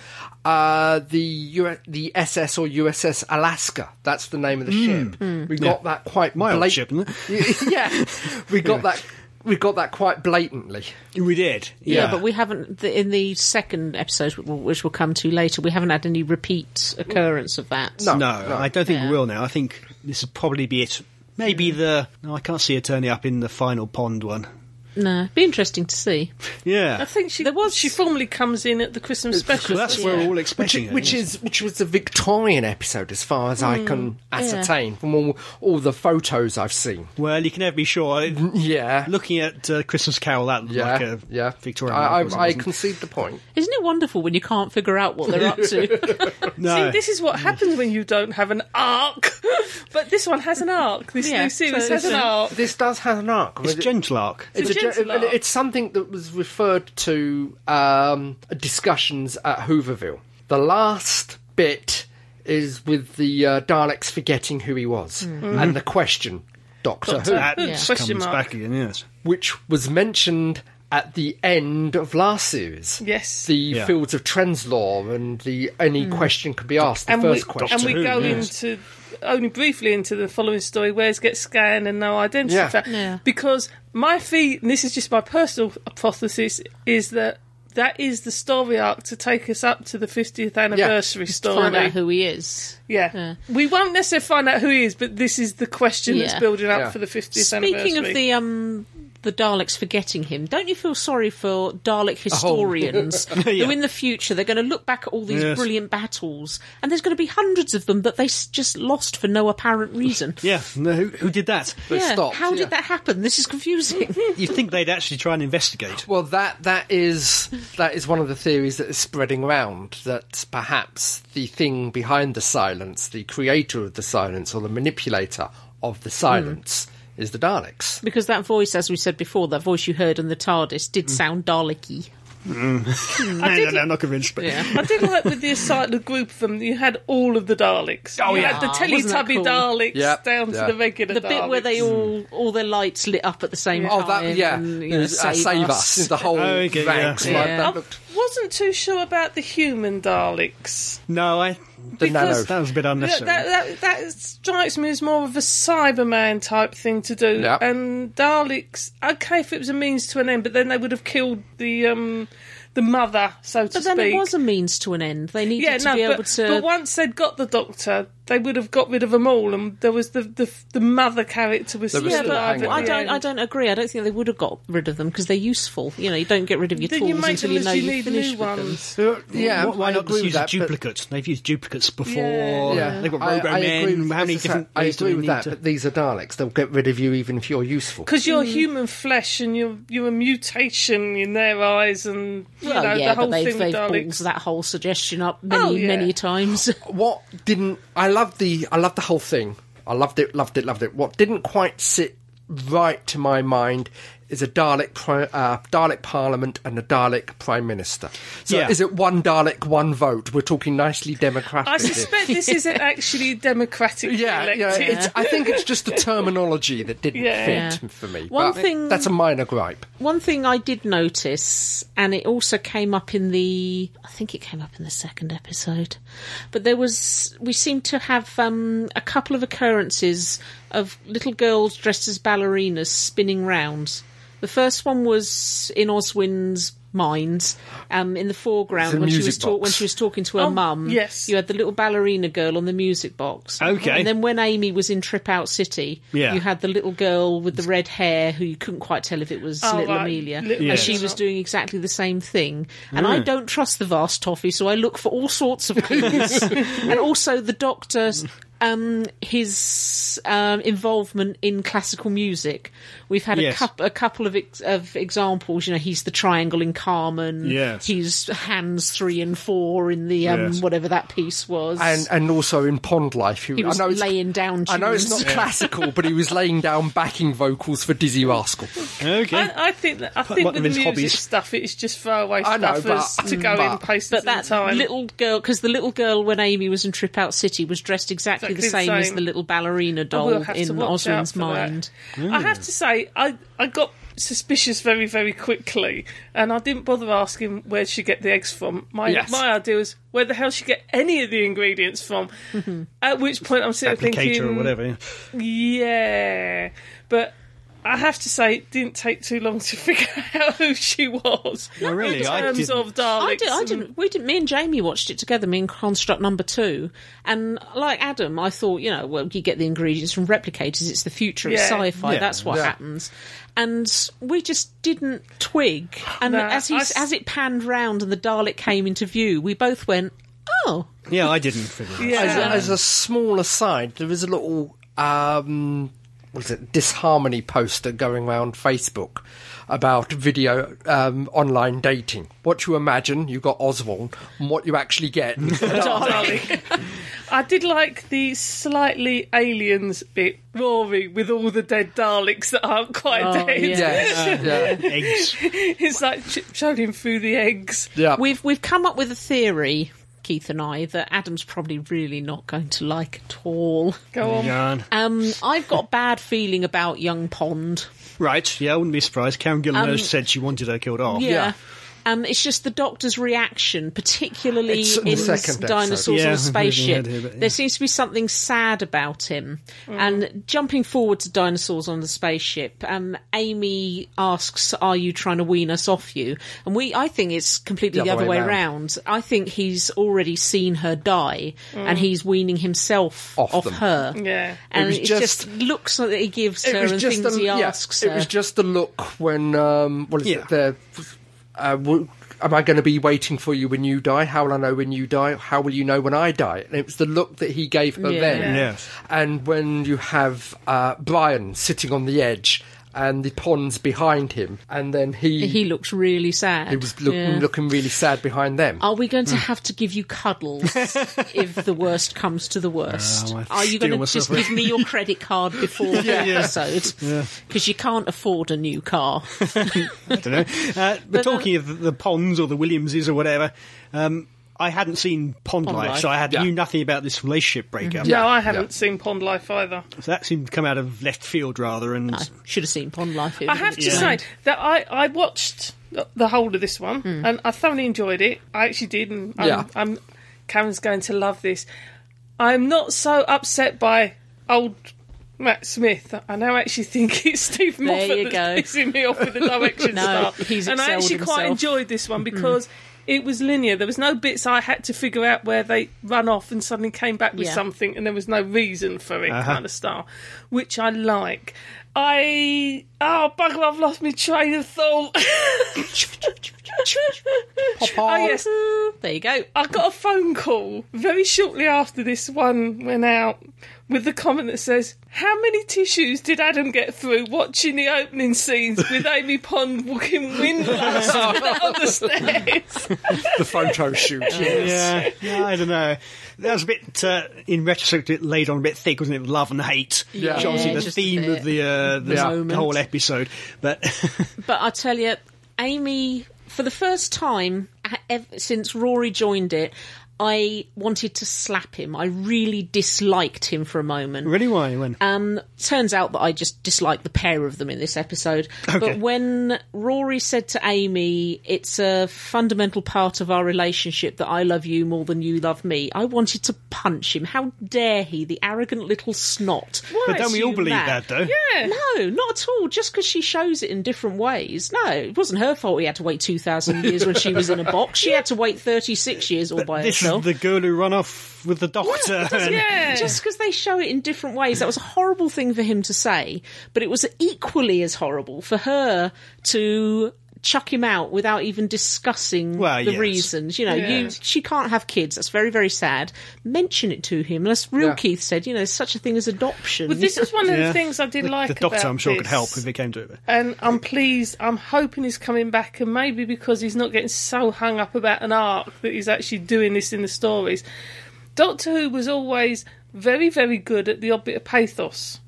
S3: Uh, the U- the SS or USS Alaska. That's the name of
S4: Hmm.
S3: the ship. We got that quite
S4: My old
S3: blat-
S4: ship, isn't
S3: yeah, we got that. We got that quite blatantly.
S4: we did.
S2: yeah. but we haven't the- in the second episode, wh- which we'll come to later. We haven't had any repeat occurrence of that.
S3: No,
S4: No, I don't think
S2: Yeah.
S4: we will now. I think this would probably be it. Maybe the. No, I can't see her turning up in the final pond one.
S2: No, be interesting to see.
S5: I
S4: Yeah.
S5: think she
S2: There was-
S5: she formally comes in at the Christmas special.
S4: Because that's
S5: doesn't
S4: where
S5: she?
S4: we're all
S3: Which,
S4: expecting it.
S3: which
S4: isn't it?
S3: is which was the Victorian episode, as far as
S4: Hmm.
S3: I can ascertain from all, all the photos I've seen.
S4: Well, you can never be sure.
S3: Yeah,
S4: Looking at uh, Christmas Carol, that looked
S3: yeah,
S4: like a
S3: yeah.
S4: Victorian.
S3: I,
S4: novel,
S3: I, I
S4: wasn't it?
S3: concede the point.
S2: Isn't it wonderful when you can't figure out what they're up to?
S4: no.
S5: See, this is what happens when you don't have an arc. but this one has an arc. This
S2: Yeah,
S5: new series
S2: so
S5: has an
S2: it's a-
S5: arge
S3: This does have an arc.
S4: it's
S3: It-
S4: gentle arc.
S3: It's,
S5: a
S3: a,
S5: gentle
S3: gen-
S5: arc.
S3: it's something that was referred to um, discussions at Hooverville. The last bit is with the uh, Daleks forgetting who he
S5: Mm.
S3: was
S5: Mm-hmm.
S3: and the question, Doctor, Who,
S4: That
S5: Yeah.
S4: comes
S5: Question mark.
S4: back again, yes.
S3: which was mentioned at the end of last series.
S5: Yes. Mm.
S3: The
S4: Yeah.
S3: fields of Trends law and the any question could be asked. The
S5: and
S3: first
S5: we,
S3: question.
S5: and we
S4: Doctor Who,
S5: go
S4: yes.
S5: into only briefly into the following story where's get scanned and no identity
S3: Yeah.
S5: fa-
S2: Yeah.
S5: because my fee and this is just my personal hypothesis is that that is the story arc to take us up to the 50th anniversary story
S2: Find out who he is.
S5: yeah.
S2: Yeah.
S5: we won't necessarily find out who he is but this is the question that's
S2: Yeah.
S5: building up
S3: Yeah.
S5: for the 50th anniversary
S2: Speaking of the um the Daleks forgetting him, don't you feel sorry for Dalek historians
S4: Yeah.
S2: who in the future they're going to look back at all these
S4: Yes.
S2: brilliant battles and there's going to be hundreds of them that they s- just lost for no apparent reason.
S4: Yeah, no, who, who did that?
S2: Yeah,
S3: stopped,
S2: how
S3: yeah.
S2: did that happen? This is confusing.
S4: You'd think they'd actually try and investigate.
S3: Well, that that is that is one of the theories that is spreading around that perhaps the thing behind the silence, the creator of the silence, or the manipulator of the silence, is the Daleks.
S2: because that voice, as we said before, that voice you heard on the TARDIS did sound Daleky.
S4: no, no,
S5: did-
S4: no, I'm not convinced. But
S2: Yeah.
S5: I did like with the aside the group of them. You had all of the Daleks.
S4: Oh,
S5: you
S4: yeah.
S5: had the
S2: Ah, wasn't that
S5: Teletubby
S2: cool?
S5: Daleks
S3: Yep,
S5: down
S3: yeah.
S5: to the regular.
S2: The bit where they
S5: Daleks.
S2: all all their lights lit up at the same time.
S3: Oh, that yeah,
S2: and, you
S3: it
S2: know,
S3: was, uh,
S2: save, us.
S3: the whole
S4: Oh, Okay,
S3: ranks.
S4: yeah.
S3: like
S2: Yeah.
S3: that
S5: I
S3: looked-
S5: wasn't too sure about the human Daleks.
S4: no, I,
S3: the
S5: Because-
S4: that
S3: nano.
S4: was a bit
S5: That,
S4: unnecessary.
S5: that, that, that strikes me as more of a Cyberman type thing to do.
S3: Yep.
S5: And Daleks, okay, if it was a means to an end, but then they would have killed the um, the mother, so to
S2: But
S5: speak.
S2: then it was a means to an end. They needed
S5: yeah,
S2: to
S5: no,
S2: be
S5: but,
S2: able to.
S5: but once they'd got the doctor, they would have got rid of them all, and there was the the, the mother character was
S3: There
S5: still
S3: was
S2: yeah,
S3: still
S2: but
S5: alive.
S3: hanging
S5: at
S2: I
S5: the
S2: don't.
S5: end.
S2: I don't agree. I don't think they would have got rid of them because they're useful. You know, you don't get rid of your
S5: Then
S2: tools
S5: you make
S2: until
S5: them
S2: you
S5: as
S2: know
S5: you
S2: are
S5: need
S2: finished
S5: new
S2: with them.
S5: ones.
S3: Yeah,
S4: why, why
S3: I
S4: not
S3: agree
S4: just use
S3: with
S4: a
S3: that, but-
S4: duplicate? They've used duplicates before.
S5: Yeah.
S4: They've got
S3: I-
S4: Robo
S3: I agree
S4: Men.
S3: with-
S4: How many
S3: as I
S4: different
S3: said, I
S4: ways do
S3: agree
S4: we
S3: with
S4: need
S3: that,
S4: to?
S3: but these are Daleks. They'll get rid of you even if you're useful.
S5: Because you're
S2: Mm.
S5: human flesh and you're you're a mutation in their eyes, and you
S2: Well,
S5: know
S2: yeah,
S5: the whole
S2: but they've,
S5: thing
S2: they've
S5: with
S2: balls
S5: Daleks.
S2: that whole suggestion up many,
S5: Oh, yeah.
S2: many times.
S3: what didn't I love the I loved the whole thing. I loved it, loved it, loved it. What didn't quite sit right to my mind is a Dalek pri- uh, Dalek Parliament and a Dalek Prime Minister. So
S4: Yeah.
S3: is it one Dalek, one vote? We're talking nicely democratic.
S5: I suspect this isn't actually democratic.
S3: Yeah, yeah,
S5: elected.
S3: it's, I think it's just the terminology that didn't
S5: Yeah.
S3: fit
S2: Yeah.
S3: for me.
S2: One
S3: but
S2: thing-
S3: that's a minor gripe.
S2: One thing I did notice, and it also came up in the, I think it came up in the second episode, but there was, we seemed to have um, a couple of occurrences of little girls dressed as ballerinas spinning round. The first one was in Oswin's mind, um, in the foreground
S3: The
S2: when she
S3: music
S2: was talk- when
S3: box.
S2: she was talking to her
S5: Oh,
S2: mum.
S5: yes.
S2: you had the little ballerina girl on the music box.
S4: Okay.
S2: and then when Amy was in Trip Out City,
S4: Yeah.
S2: you had the little girl with the red hair who you couldn't quite tell if it was
S5: Oh,
S2: little
S5: right.
S2: Amelia,
S4: Yes.
S5: Little
S4: Mm.
S2: and she was doing exactly the same thing. And I don't trust the vast toffee, so I look for all sorts of clues. and also the doctor's um, his um, involvement in classical music. We've had
S4: Yes.
S2: a, coup- a couple of ex- of examples. You know, he's the triangle in Carmen.
S4: Yes.
S2: he's hands three and four in the um,
S4: Yes.
S2: whatever that piece was.
S3: And and also in Pond Life, who,
S2: he was
S3: I know it's,
S2: laying down.
S3: I know it's
S2: tunes.
S3: not classical, but he was laying down backing vocals for Dizzy Rascal.
S4: Okay.
S5: I, I think that, I think
S4: one
S5: with
S4: of
S5: the
S4: his
S5: music
S4: hobbies.
S5: stuff, it's just throwaway
S3: I know,
S5: stuff
S3: but-
S5: as to go
S3: but-
S5: in places
S2: But that
S5: in time.
S2: little girl, because the little girl when Amy was in Trip Out City was dressed exactly,
S5: Exactly
S2: the
S5: the
S2: same, as
S5: same.
S2: the little ballerina doll
S5: we'll have to
S2: in
S5: watch out
S2: Oswin's
S5: for that.
S2: mind.
S5: I
S3: Mm.
S5: have to say, I I got suspicious very very quickly, and I didn't bother asking where she get the eggs from. My
S3: Yes.
S5: my idea was where the hell she get any of the ingredients from. At which point I'm sitting there
S4: Applicator
S5: thinking,
S4: or whatever. yeah.
S5: Yeah, but I have to say, it didn't take too long to figure out who she was.
S4: No, really,
S5: in
S4: I
S5: terms
S4: didn't.
S5: of Daleks.
S2: I, did, I
S5: and-
S2: didn't. We didn't. Me and Jamie watched it together. Me and Construct Number Two, and like Adam, I thought, you know, well, you get the ingredients from replicators. It's the future of
S5: Yeah.
S2: sci-fi.
S4: Yeah.
S2: That's what happens. And we just didn't twig. And
S5: No,
S2: as he,
S5: I s-
S2: as it panned round and the Dalek came into view, we both went, "Oh,
S4: Yeah, I didn't figure that.
S5: Yeah.
S3: As, a, as a small aside, there is a little um, what is it disharmony poster going around Facebook about video um, online dating. What you imagine you got Oswald, and what you actually get.
S5: I did like the slightly aliens bit, Rory, with all the dead Daleks that aren't quite
S2: Oh,
S5: dead.
S2: yeah.
S3: Yes, yeah,
S4: Eggs.
S5: it's like sh- showed him through the eggs.
S3: yeah.
S2: we've we've come up with a theory." Keith and I, that Adam's probably really not going to like at all.
S5: Go on.
S4: Yarn.
S2: Um, I've got a bad feeling about Young Pond.
S4: Right, yeah, I wouldn't be surprised. Karen Gillan
S2: Um,
S4: said she wanted her killed off.
S2: Yeah. Um, it's just the Doctor's reaction, particularly
S3: It's in
S2: in,
S3: the second episode.
S2: Dinosaurs
S4: Yeah,
S2: on a
S4: I'm moving
S2: Spaceship.
S4: ahead here, but yeah.
S2: There seems to be something sad about him.
S3: Mm.
S2: And jumping forward to Dinosaurs on the Spaceship, um, Amy asks, "Are you trying to wean us off you?" And we, I think it's completely the, other way, round. I think he's already seen her die, and he's weaning himself
S3: Mm. Off
S2: off,
S3: them.
S2: her.
S5: Yeah.
S2: And it,
S3: was
S2: just,
S3: just-
S2: looks that he gives her and things
S3: the,
S2: he
S3: yeah,
S2: asks
S3: it
S2: her.
S3: was just the look when um, what is
S4: Yeah.
S3: it? The uh, w- am I going to be waiting for you when you die? How will I know when you die? How will you know when I die? And it was the look that he gave her
S2: Yeah.
S3: then.
S4: Yes.
S3: And when you have uh, Brian sitting on the edge and the ponds behind him, and then he
S2: he
S3: he,
S2: looks really sad.
S3: was looking
S2: Yeah. Oh.
S3: looking really sad behind them.
S2: Are we going to
S4: Hmm.
S2: have to give you cuddles if the worst comes to the worst?
S4: No, I
S2: Are you
S4: feel
S2: going to
S4: myself
S2: just give me your credit card before the episode? Because you can't afford a new car.
S4: don't know. Uh, but talking of the Ponds or the Williamses or whatever, um, I hadn't seen Pond,
S2: Pond
S4: Life,
S2: Life.
S4: so I had
S3: Yeah.
S4: knew nothing about this relationship breakup.
S5: No,
S3: Yeah,
S5: I haven't
S3: yeah.
S5: seen Pond Life either.
S4: So that seemed to come out of left field rather. And
S2: I should have seen Pond Life. It
S5: I
S2: would
S5: have to
S2: been
S5: say
S2: grand.
S5: that I, I watched the- the whole of this one
S2: Hmm.
S5: and I thoroughly enjoyed it. I actually did, and I'm,
S3: Yeah.
S5: I'm Karen's going to love this. I'm not so upset by old Matt Smith. I now actually think it's Steve Moffat
S2: you
S5: that's pissing me off with the direction
S2: No,
S5: stuff.
S2: he's
S5: and I
S2: excelled
S5: actually quite
S2: himself.
S5: enjoyed this one because. It was linear. There was no bits I had to figure out where they run off and suddenly came back with
S2: Yeah.
S5: something, and there was no reason for it kind of style, which I like. I oh bugger, I've lost my train of thought. Oh yes,
S2: There you go.
S5: I got a phone call very shortly after this one went out with the comment that says, "How many tissues did Adam get through watching the opening scenes with Amy Pond walking windlass down the stairs?"
S3: the photo shoot.
S4: yeah, yeah, I don't know. That was a bit, uh, in retrospect, a bit laid on, a bit thick, wasn't it? with Love and hate,
S2: Yeah.
S4: which obviously
S2: Yeah,
S4: the
S2: just a
S4: theme
S2: bit.
S4: of the, uh, the
S3: Yeah.
S2: Moment.
S4: whole episode. But
S2: But I tell you, Amy, for the first time a- ev- since Rory joined it, I wanted to slap him. I really disliked him for a moment.
S4: really, why? When?
S2: Um, turns out that I just dislike the pair of them in this episode. But when Rory said to Amy, "It's a fundamental part of our relationship that I love you more than you love me," I wanted to punch him. How dare he, the arrogant little snot!
S4: but don't we all believe that, though?
S5: Yeah.
S2: No, not at all. Just because she shows it in different ways. No, it wasn't her fault. He had to wait two thousand years when she was in a box. She had to wait thirty-six years all by
S4: This
S2: herself.
S4: is the girl who run off with the doctor. and-
S5: Yeah.
S2: Just because they show it in different ways, that was a horrible thing for him to say, but it was equally as horrible for her to chuck him out without even discussing
S4: Well,
S2: the
S4: yes.
S2: reasons. You know, you
S5: Yes.
S2: she can't have kids. That's very very sad. Mention it to him. As real
S3: Yeah.
S2: Keith said, you know, there's such a thing as adoption.
S5: But this is one of
S4: Yeah.
S5: the things I did
S4: the,
S5: like.
S4: the doctor,
S5: about
S4: I'm sure, could
S5: this.
S4: help if it came to it.
S5: and I'm pleased. I'm hoping he's coming back, and maybe because he's not getting so hung up about an arc that he's actually doing this in the stories. Doctor Who was always very, very good at the odd bit of pathos.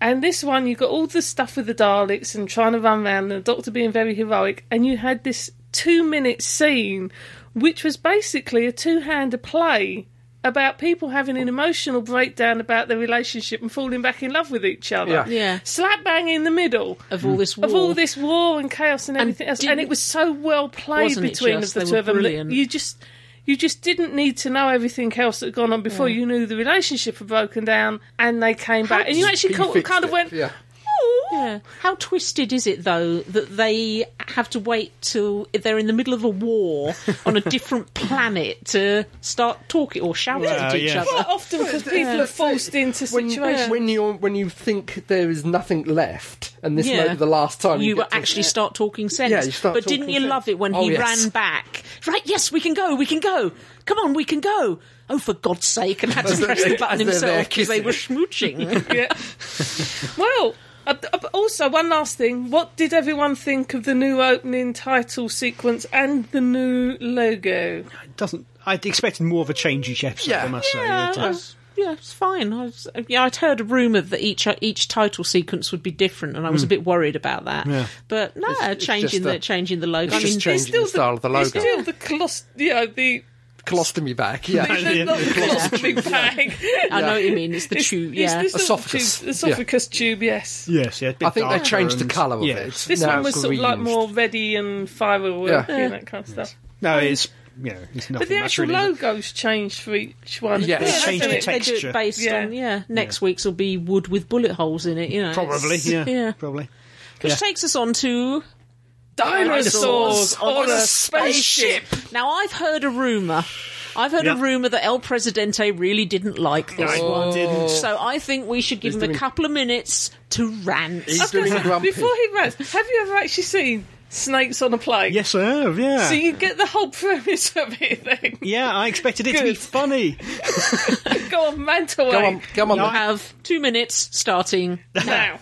S5: And this one, you got all the stuff with the Daleks and trying to run around, and the Doctor being very heroic, and you had this two-minute scene, which was basically a two-hander play about people having an emotional breakdown about their relationship and falling back in love with each other.
S3: Yeah.
S2: yeah
S5: Slap bang in the middle
S2: of all this war.
S5: of all this war and chaos and everything else, and
S2: didn't-
S5: it was so well played
S2: Wasn't it
S5: between
S2: just?
S5: the
S2: They
S5: two
S2: were
S5: of them. that
S2: brilliant.
S5: You just, you just didn't need to know everything else that had gone on before you knew the relationship had broken down, and they came back, and you actually
S3: He
S5: kind
S3: fixed
S5: kind of
S3: it,
S5: went,
S3: Yeah.
S5: "Oh,
S2: Yeah. How twisted is it though that they have to wait till they're in the middle of a war on a different planet to start talking or shouting
S4: Well,
S2: at each
S4: yeah.
S2: other?
S5: Quite often because people are forced into
S3: When,
S5: situations.
S3: when you when you think there is nothing left, and this
S2: Yeah.
S3: might be the last time
S2: you,
S3: you, get to-
S2: actually start talking sense.
S3: Yeah, you start
S2: but didn't
S3: talking
S2: you
S3: sense.
S2: love it when
S3: Oh,
S2: he
S3: yes.
S2: ran back? Right, yes, we can go, we can go. Come on, we can go. Oh, for God's sake! And had to
S3: As
S2: press
S3: they-
S2: the button
S3: as they're there
S2: himself because they were smooching.
S5: yeah. well, uh, uh, also one last thing. What did everyone think of the new opening title sequence and the new logo?
S4: It doesn't. I expected more of a change each episode.
S3: Yeah.
S4: I must
S2: yeah,
S4: say.
S2: I was- yeah, it's fine. I was, yeah, I'd heard a rumor that each uh, each title sequence would be different, and I was a bit worried about that. But no,
S3: Hmm. it's
S2: changing
S3: just
S2: the
S3: a-
S2: changing the logo. I
S3: just
S2: mean,
S3: changing the style of the
S5: it's
S3: logo.
S5: still the clos- you know, the,
S3: colostomy back. Yeah,
S5: the,
S4: Yeah.
S5: not the colostomy bag.
S2: I know what you mean. It's the
S5: It's-
S2: tube.
S5: it's
S2: Yeah,
S5: this sort of
S3: Esophagus.
S5: Tube, esophagus tube, yes.
S4: Yes, yeah.
S3: I think they changed the colour of it. It's
S5: This
S3: now
S5: one was sort of like
S3: green.
S5: more ready and firework
S3: Yeah.
S5: and that kind of stuff.
S4: No, it's you know, it's nothing
S5: But the
S4: much
S5: actual
S4: really.
S5: logo's changed for each one.
S3: Yeah,
S5: Yeah,
S3: it's
S4: changed
S5: that's
S4: the
S5: it.
S4: text.
S2: they do
S4: texture.
S2: it based
S5: Yeah.
S2: on yeah. Next week's will be wood with bullet holes in it. You know,
S4: Probably,
S2: it's-
S4: yeah,
S2: yeah.
S4: probably.
S2: Which
S4: Yeah.
S2: takes us on to
S5: Dinosaurs on a spaceship.
S2: Now I've heard a rumor. I've heard
S4: Yeah.
S2: a rumor that El Presidente really didn't like this
S4: I
S2: one.
S4: didn't.
S2: So I think we should give
S3: He's
S2: him
S3: doing-
S2: a couple of minutes to rant.
S3: He's doing grumpy.
S5: Before he rants, have you ever actually seen snakes on a plane?
S4: Yes, I have. Yeah,
S5: So you get the whole premise of it then.
S4: yeah. I expected it to be
S5: Good.
S4: funny.
S5: Go on, rant away.
S3: Come on, come on.
S2: You
S3: then.
S2: have two minutes starting.
S5: Now.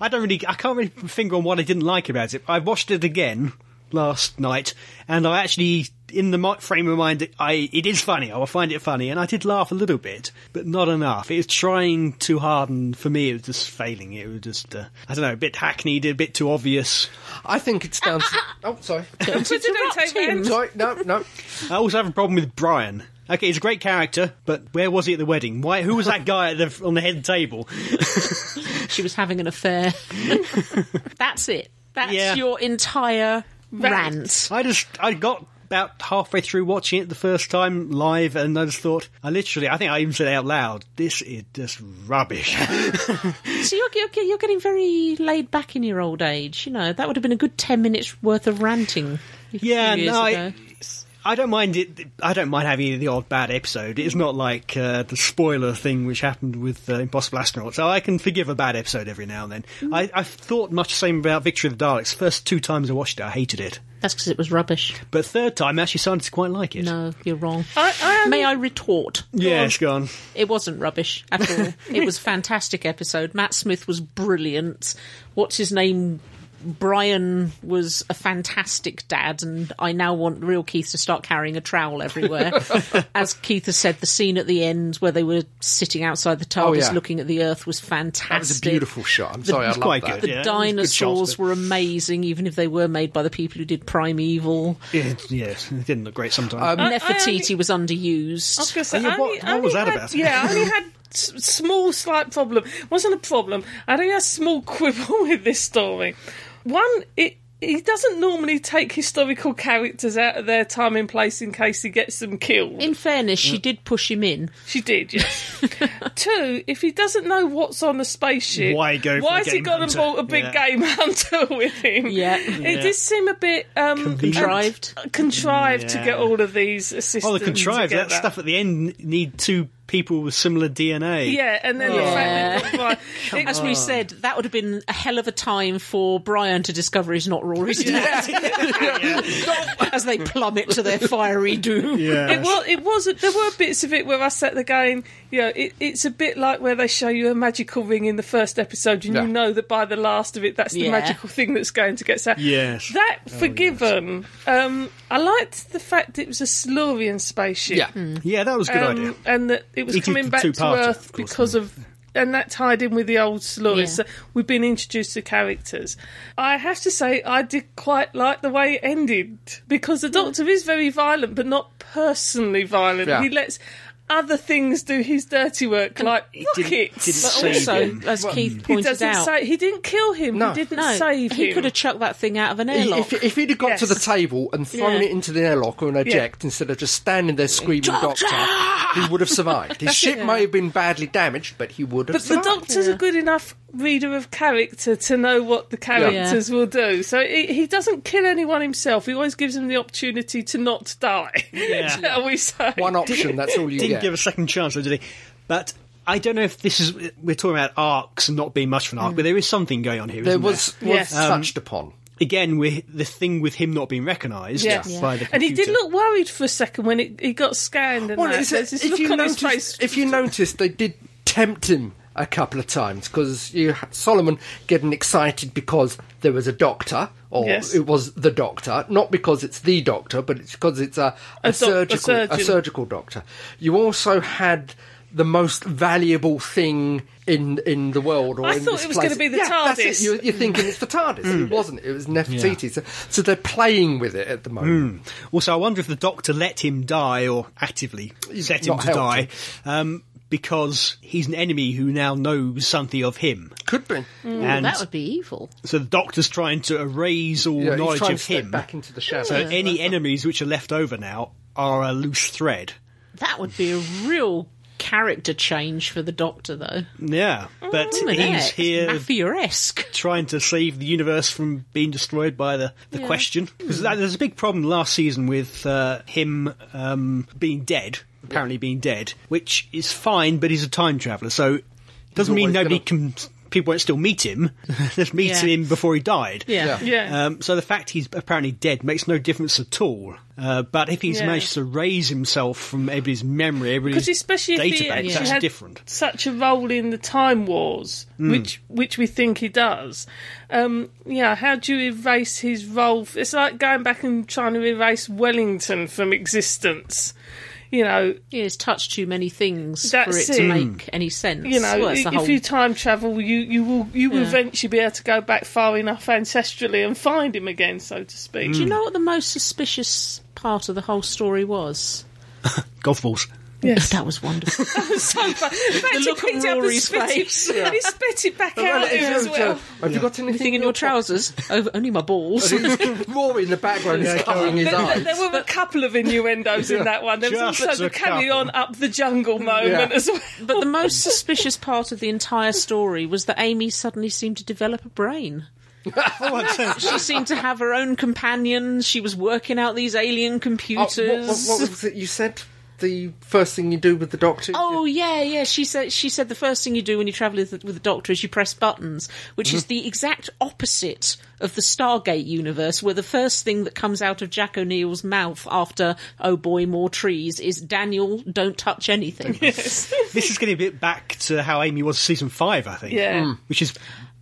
S4: I don't really. I can't really put my finger on what I didn't like about it. I watched it again last night, and I actually, in the mi- frame of mind, that I it is funny. I will find it funny, and I did laugh a little bit, but not enough. It was trying too hard, and for me, it was just failing. It was just, uh, I don't know, a bit hackneyed, a bit too obvious.
S3: I think it's down. To, oh, sorry.
S5: Presidente
S2: Interrupt him.
S5: rants.
S3: sorry. No, no.
S4: I also have a problem with Brian. Okay, he's a great character, but where was he at the wedding? Why? Who was that guy at the, on the head table?
S2: She was having an affair. That's it. That's
S4: Yeah.
S2: your entire
S5: Rant.
S2: rant.
S4: I just I got about halfway through watching it the first time live, and I just thought, I literally, I think I even said out loud, "This is just rubbish."
S2: So you're, you're, you're getting very laid back in your old age. You know that would have been a good ten minutes worth of ranting. a few
S4: yeah,
S2: years
S4: no,
S2: ago.
S4: I, I don't mind it. I don't mind having the odd bad episode. It's not like uh, the spoiler thing which happened with uh, Impossible Astronaut, so I can forgive a bad episode every now and then.
S2: Mm.
S4: I, I thought much the same about Victory of the Daleks. First two times I watched it, I hated it,
S2: That's because it was rubbish.
S4: but third time I actually started to quite like it.
S2: No, you're wrong.
S4: Oh,
S5: I, I am
S2: May I retort?
S4: Yeah, it's gone.
S2: It wasn't rubbish at all. it was a fantastic episode. Matt Smith was brilliant. What's his name? Brian was a fantastic dad, and I now want real Keith to start carrying a trowel everywhere. As Keith has said, the scene at the end where they were sitting outside the TARDIS
S3: Oh, yeah.
S2: looking at the Earth was fantastic.
S3: That was a beautiful shot. I'm sorry. I
S4: It's
S3: love
S4: quite good.
S3: that.
S2: The
S4: yeah, it was a good shot,
S2: dinosaurs
S4: but-
S2: were amazing, even if they were made by the people who did Primeval.
S4: It, yes, it didn't look great sometimes.
S2: Nefertiti
S5: only-
S2: was underused.
S5: I was going to say,
S4: Yeah,
S5: I
S4: what-
S5: only-
S4: what
S5: I only
S4: was that
S5: had-
S4: about?
S5: Yeah, I only had s- small, slight problem. wasn't a problem. I only had a small quibble with this story. One, it he doesn't normally take historical characters out of their time and place in case he gets them killed.
S2: In fairness,
S4: Mm.
S2: she did push him in.
S5: She did, yes. Two, if he doesn't know what's on the spaceship,
S4: Why go for a
S5: Why has he
S4: game
S5: gone and
S4: hunter?
S5: bought a big
S4: Yeah.
S5: game hunter with him?
S2: Yeah.
S5: it did seem a bit um,
S4: Convenient.
S2: Contrived.
S5: uh, contrived to
S4: Yeah.
S5: get all of these assistants.
S4: Oh, the contrived. That,
S5: together.
S4: stuff at the end need two people with similar DNA.
S5: Yeah, and then
S2: Yeah.
S5: the fact that it
S2: As we said, that would have been a hell of a time for Brian to discover he's not Rory's dad as they plummet to their fiery doom.
S5: It was. It was. There were bits of it where I sat there going, you know, it, it's a bit like where they show you a magical ring in the first episode, and
S3: Yeah.
S5: you know that by the last of it, that's the
S2: Yeah.
S5: magical thing that's going to get set.
S4: Yes.
S5: That forgiven. Um, I liked the fact it was a Silurian spaceship.
S3: Yeah.
S4: Yeah, that was a good
S5: um,
S4: idea.
S5: and that it was
S4: It is
S5: coming
S4: the
S5: back to
S4: two-parter,
S5: Earth
S4: of course,
S5: because of. And that tied in with the old Silurian.
S2: Yeah.
S5: So we've been introduced to characters. I have to say, I did quite like the way it ended because
S2: Hmm.
S5: the Doctor is very violent, but not personally violent.
S3: Yeah.
S5: He lets other things do his dirty work, like
S4: didn't-
S5: rockets.
S4: didn't
S2: But
S4: Save
S2: also,
S4: him.
S2: as Keith
S5: he
S2: pointed
S5: doesn't
S2: out,
S5: say he didn't kill him.
S3: No.
S5: He didn't
S2: no,
S5: save
S2: he
S5: him.
S2: could have chucked that thing out of an airlock.
S3: If, if he'd have got to the
S5: Yes.
S3: table and thrown
S2: Yeah.
S3: it into the airlock or an eject instead of just standing there screaming
S2: Doctor!
S3: doctor, he would have survived. His ship may have been badly damaged, but he would have
S5: But the
S3: survived.
S5: doctors are good enough reader of character to know what the characters will do. So he, he doesn't kill anyone himself. He always gives them the opportunity to not die.
S4: Yeah.
S5: Shall we say?
S3: One option, that's all you
S4: didn't
S3: get.
S4: give a second chance, though, did he? But I don't know if this is. We're talking about arcs and not being much of
S5: Mm.
S4: an arc, but there is something going on here.
S3: there
S4: isn't
S3: was, was
S5: Yes. Um,
S3: touched upon.
S4: again with the thing with him not being recognised
S5: Yes. Yeah.
S4: by the computer.
S5: And he did look worried for a second when it, he got scanned. And
S3: Well,
S5: that.
S3: is
S5: There's
S3: it,
S5: this
S3: if,
S5: look
S3: you
S5: on his
S3: notice,
S5: face.
S3: if you notice, they did tempt him a couple of times because you had Solomon getting excited because there was a doctor, or
S5: Yes.
S3: it was the doctor, not because it's the doctor, but it's because it's a, a,
S5: A doc- a
S3: surgical a
S5: surgeon.
S3: surgical doctor. You also had the most valuable thing in in the world. Or
S5: I
S3: in
S5: thought
S3: this
S5: it was
S3: place.
S5: gonna be the
S3: yeah, that's it.
S5: TARDIS.
S3: You're, you're thinking it's the TARDIS.
S4: Mm.
S3: It wasn't. It was Nefertiti. So, so they're playing with it at the moment.
S4: Mm. Also, I wonder if the doctor let him die or actively set him
S3: not
S4: to
S3: helped
S4: die
S3: him.
S4: um, because he's an enemy who now knows something of him.
S3: Could be.
S5: Mm.
S4: and
S2: that would be evil.
S4: so the doctor's trying to erase all
S3: Yeah, he's
S4: knowledge
S3: trying
S4: of
S3: to step
S4: him.
S3: back into the shadow.
S4: So any enemies which are left over now are a loose thread.
S2: That would be a real character change for the Doctor, though.
S4: Yeah, but
S2: Oh,
S4: he's here
S2: mafia-esque.
S4: trying to save the universe from being destroyed by the, the question. Because there's a big problem last season with uh, him um, being dead, apparently being dead, which is fine, but he's a time traveller, so doesn't mean
S3: always
S4: nobody
S3: gonna-
S4: can. People won't still meet him. Just meet
S2: Yeah.
S4: him before he died.
S2: Yeah.
S5: yeah.
S4: Um, so the fact he's apparently dead makes no difference at all. Uh, but if he's
S5: Yeah.
S4: managed to raise himself from everybody's memory, everybody's
S5: Because especially if he
S4: database,
S5: actually
S4: that's
S5: had
S4: different.
S5: such a role in the Time Wars, which which we think he does. Um, yeah, how do you erase his role? It's like going back and trying to erase Wellington from existence. You know,
S2: Yeah, it's touched too many things
S5: That's
S2: for it, to
S5: it.
S2: make any sense.
S5: you know,
S2: Well,
S5: i-
S2: it's the
S5: if
S2: whole-
S5: you time travel, you you will you will
S2: Yeah.
S5: eventually be able to go back far enough ancestrally and find him again, so to speak.
S2: Do you know what the most suspicious part of the whole story was?
S4: golf balls.
S5: Yes.
S2: That was wonderful.
S5: so fun. In fact,
S2: The
S5: he
S2: look on
S5: picked it up and
S2: Rory's
S5: spit
S2: face.
S5: it, and he spit it back out
S3: Well,
S5: there
S3: it's
S5: as
S3: also-
S5: well.
S3: Have you got anything
S2: Thing in your trousers? Over, only my balls.
S3: Rory in the background is covering his
S5: There- there,
S3: eyes.
S5: there were a couple of innuendos in that one. There was
S4: Just
S5: also the
S4: a
S5: carry on up the jungle moment
S3: Yeah.
S5: as well.
S2: But the most suspicious part of the entire story was that Amy suddenly seemed to develop a brain.
S4: Oh, I'd say-
S2: She seemed to have her own companions. She was working out these alien
S3: Oh, what, what,
S2: computers.
S3: what was it you said? The first thing you do with the doctor?
S2: Oh yeah, yeah. She said she said the first thing you do when you travel with the, with the Doctor is you press buttons, which is the exact opposite of the Stargate universe, where the first thing that comes out of Jack O'Neill's mouth after "Oh boy, more trees" is "Daniel, don't touch anything."
S4: this is getting a bit back to how Amy was season five, I think.
S5: Yeah. Mm.
S4: Which is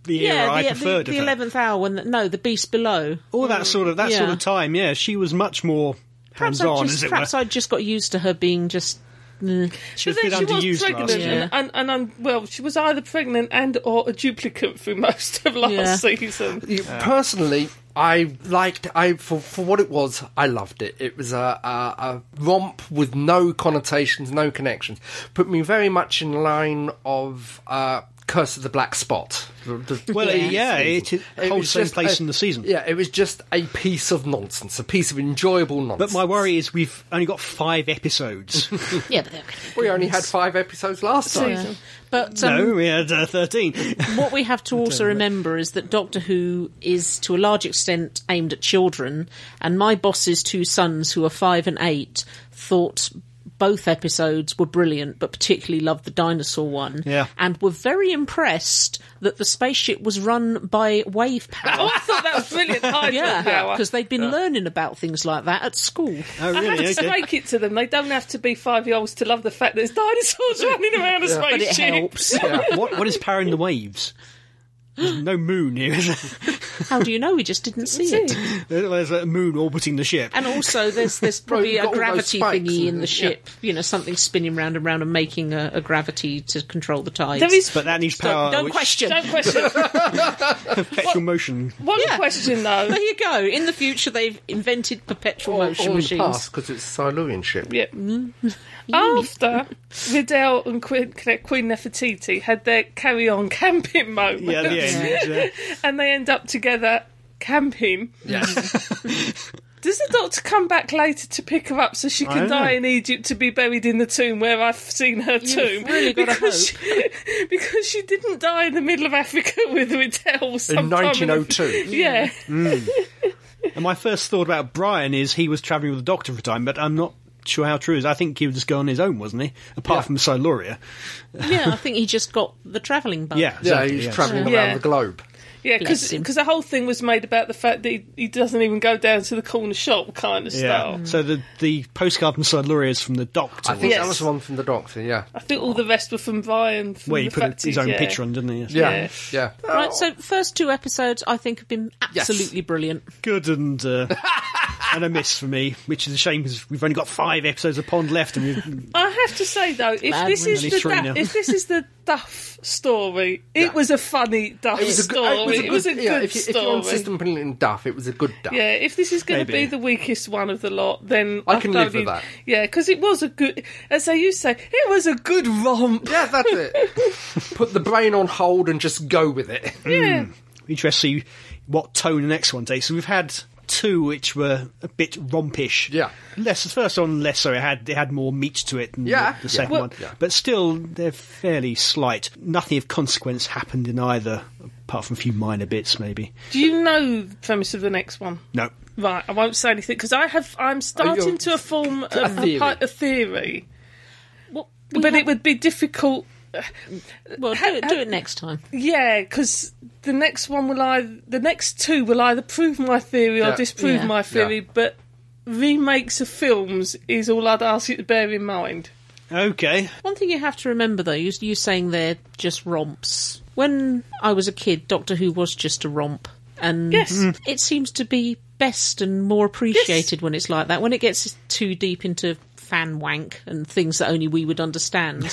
S4: the era
S2: yeah,
S4: I
S2: the- the,
S4: preferred.
S2: the
S4: of her.
S2: eleventh hour when the, no, the Beast Below.
S4: All that sort of that sort
S2: Yeah.
S4: of time. Yeah, she was much more
S2: Perhaps
S4: hands
S2: I
S4: on,
S2: just
S4: as it were.
S2: perhaps I just got used to her being just. mm.
S4: She was a
S5: But
S4: bit
S5: then she was
S4: underused
S5: pregnant,
S4: last year.
S2: year.
S5: and, and, and, um, well, she was either pregnant and or a duplicate through most of last
S2: Yeah.
S5: season.
S3: You- Personally, I liked. I for for what it was, I loved it. It was a, a, a romp with no connotations, no connections. Put me very much in line of uh, Curse of the Black Spot. The- the-
S4: Well,
S2: Yeah.
S4: yeah, it, it
S3: it
S4: holds
S3: was
S4: same
S3: just
S4: place
S3: a-
S4: in the season.
S3: Yeah, it was just a piece of nonsense, a piece of enjoyable
S4: But
S3: nonsense.
S4: my worry is we've only got five episodes.
S2: Yeah, but
S3: we only had five episodes last time.
S2: yeah. But um,
S4: no, we had uh, thirteen.
S2: what we have to also remember is that Doctor Who is to a large extent aimed at children, and my boss's two sons, who are five and eight, thought both episodes were brilliant, but particularly loved the dinosaur one,
S4: Yeah.
S2: and were very impressed that the spaceship was run by wave
S5: Oh,
S2: power.
S5: I thought that was brilliant. Hydro
S2: Yeah,
S5: power.
S2: because they'd been learning about things like that at school.
S4: Oh,
S5: I
S4: really?
S5: have to
S4: Okay.
S5: make it to them. They don't have to be five year olds to love the fact there's dinosaurs running around a
S2: But it
S5: spaceship.
S2: helps.
S4: What what is powering the waves? There's no moon here. Is there?
S2: How do you know? We just didn't see it.
S4: There's a moon orbiting the ship.
S2: And also, there's there's probably
S3: you've got
S2: a
S3: all those
S2: gravity
S3: spikes
S2: thingy
S3: and-
S2: in the ship. You know, something spinning round and round and making a, a gravity to control the tides.
S5: There is
S4: But that needs
S2: Don't-
S4: power.
S2: don't
S4: which-
S2: question.
S5: Don't question.
S4: Perpetual motion.
S5: One
S2: Yeah.
S5: question though.
S2: There you go. In the future, they've invented perpetual motion machines.
S3: because it's a Silurian ship.
S5: Yep. Mm-hmm. After Riddell and Queen, Queen Nefertiti had their carry on camping moment,
S4: Yeah, the end. Yeah.
S5: and they end up together camping.
S3: Yes.
S5: Does the doctor come back later to pick her up so she can
S4: don't know.
S5: die in Egypt to be buried in the tomb where I've seen her tomb?
S2: really gotta
S5: because, She, because she didn't die in the middle of Africa with Riddell
S3: in
S5: sometime
S3: 1902.
S5: Yeah.
S4: And my first thought about Brian is he was travelling with the doctor for time, but I'm not sure how true it is. I think he was just going on his own, wasn't he? Apart from Siluria.
S2: yeah, I think he just got the travelling bug.
S4: Yeah.
S3: Yeah,
S4: exactly,
S3: he's
S4: yes.
S3: travelling
S5: Yeah.
S3: around the globe.
S5: Yeah,
S2: Bless
S5: because
S2: him.
S5: the whole thing was made about the fact that he, he doesn't even go down to the corner shop kind of
S4: Yeah.
S5: style.
S4: So the the postcard from Siluria is from the doctor.
S3: I think
S5: Yes.
S3: that was the one from the doctor. Yeah,
S5: I think all the rest were from Brian. From
S4: where he
S5: the
S4: put
S5: fact
S4: his
S5: he-
S4: own
S5: yeah.
S4: picture on, didn't he? Yes.
S3: yeah, yeah.
S2: Right, so first two episodes I think have been absolutely brilliant.
S4: Good and. Uh, And a miss for me, which is a shame because we've only got five episodes of Pond left, and we've,
S5: I have to say though, if
S2: Bad
S5: this
S2: one.
S5: is
S4: Only
S5: the
S4: three
S5: da-
S4: now.
S5: if this is the Duff story, it
S3: Yeah.
S5: was a funny Duff story. It was a good,
S3: yeah, if you, If you're
S5: story.
S3: on System Penguin Duff, it was a good Duff.
S5: yeah, if this is going to
S4: Maybe.
S5: be the weakest one of the lot, then
S3: I can
S5: don't
S3: live with
S5: need-
S3: that.
S5: Yeah, because it was a good, as they used to say, it was a good romp.
S3: Yeah, that's it. Put the brain on hold and just go with it.
S5: Yeah,
S4: interested to see what tone the next one takes. So we've had two which were a bit rompish.
S3: Yeah.
S4: Less the first one less so it had it had more meat to it than
S3: Yeah.
S4: the, the
S3: Yeah.
S4: second
S3: Well-
S4: one.
S3: Yeah.
S4: But still they're fairly slight. Nothing of consequence happened in either apart from a few minor bits maybe.
S5: do you know the premise of the next one?
S4: No.
S5: Right, I won't say anything because I have. I'm starting to form a, a,
S3: theory.
S5: pi- a theory,
S2: Well, we
S5: but
S2: have-
S5: it would be difficult
S2: well, do it, do it next time.
S5: Yeah, because the next one will either the next two will either prove my theory or
S3: Yeah.
S5: disprove
S2: Yeah.
S5: my theory. But remakes of films is all I'd ask you to bear in mind.
S4: Okay.
S2: One thing you have to remember, though, you, you saying they're just romps. When I was a kid, Doctor Who was just a romp, and
S5: Yes. Mm.
S2: it seems to be best and more appreciated when it's like that. When it gets too deep into fan wank and things that only we would understand,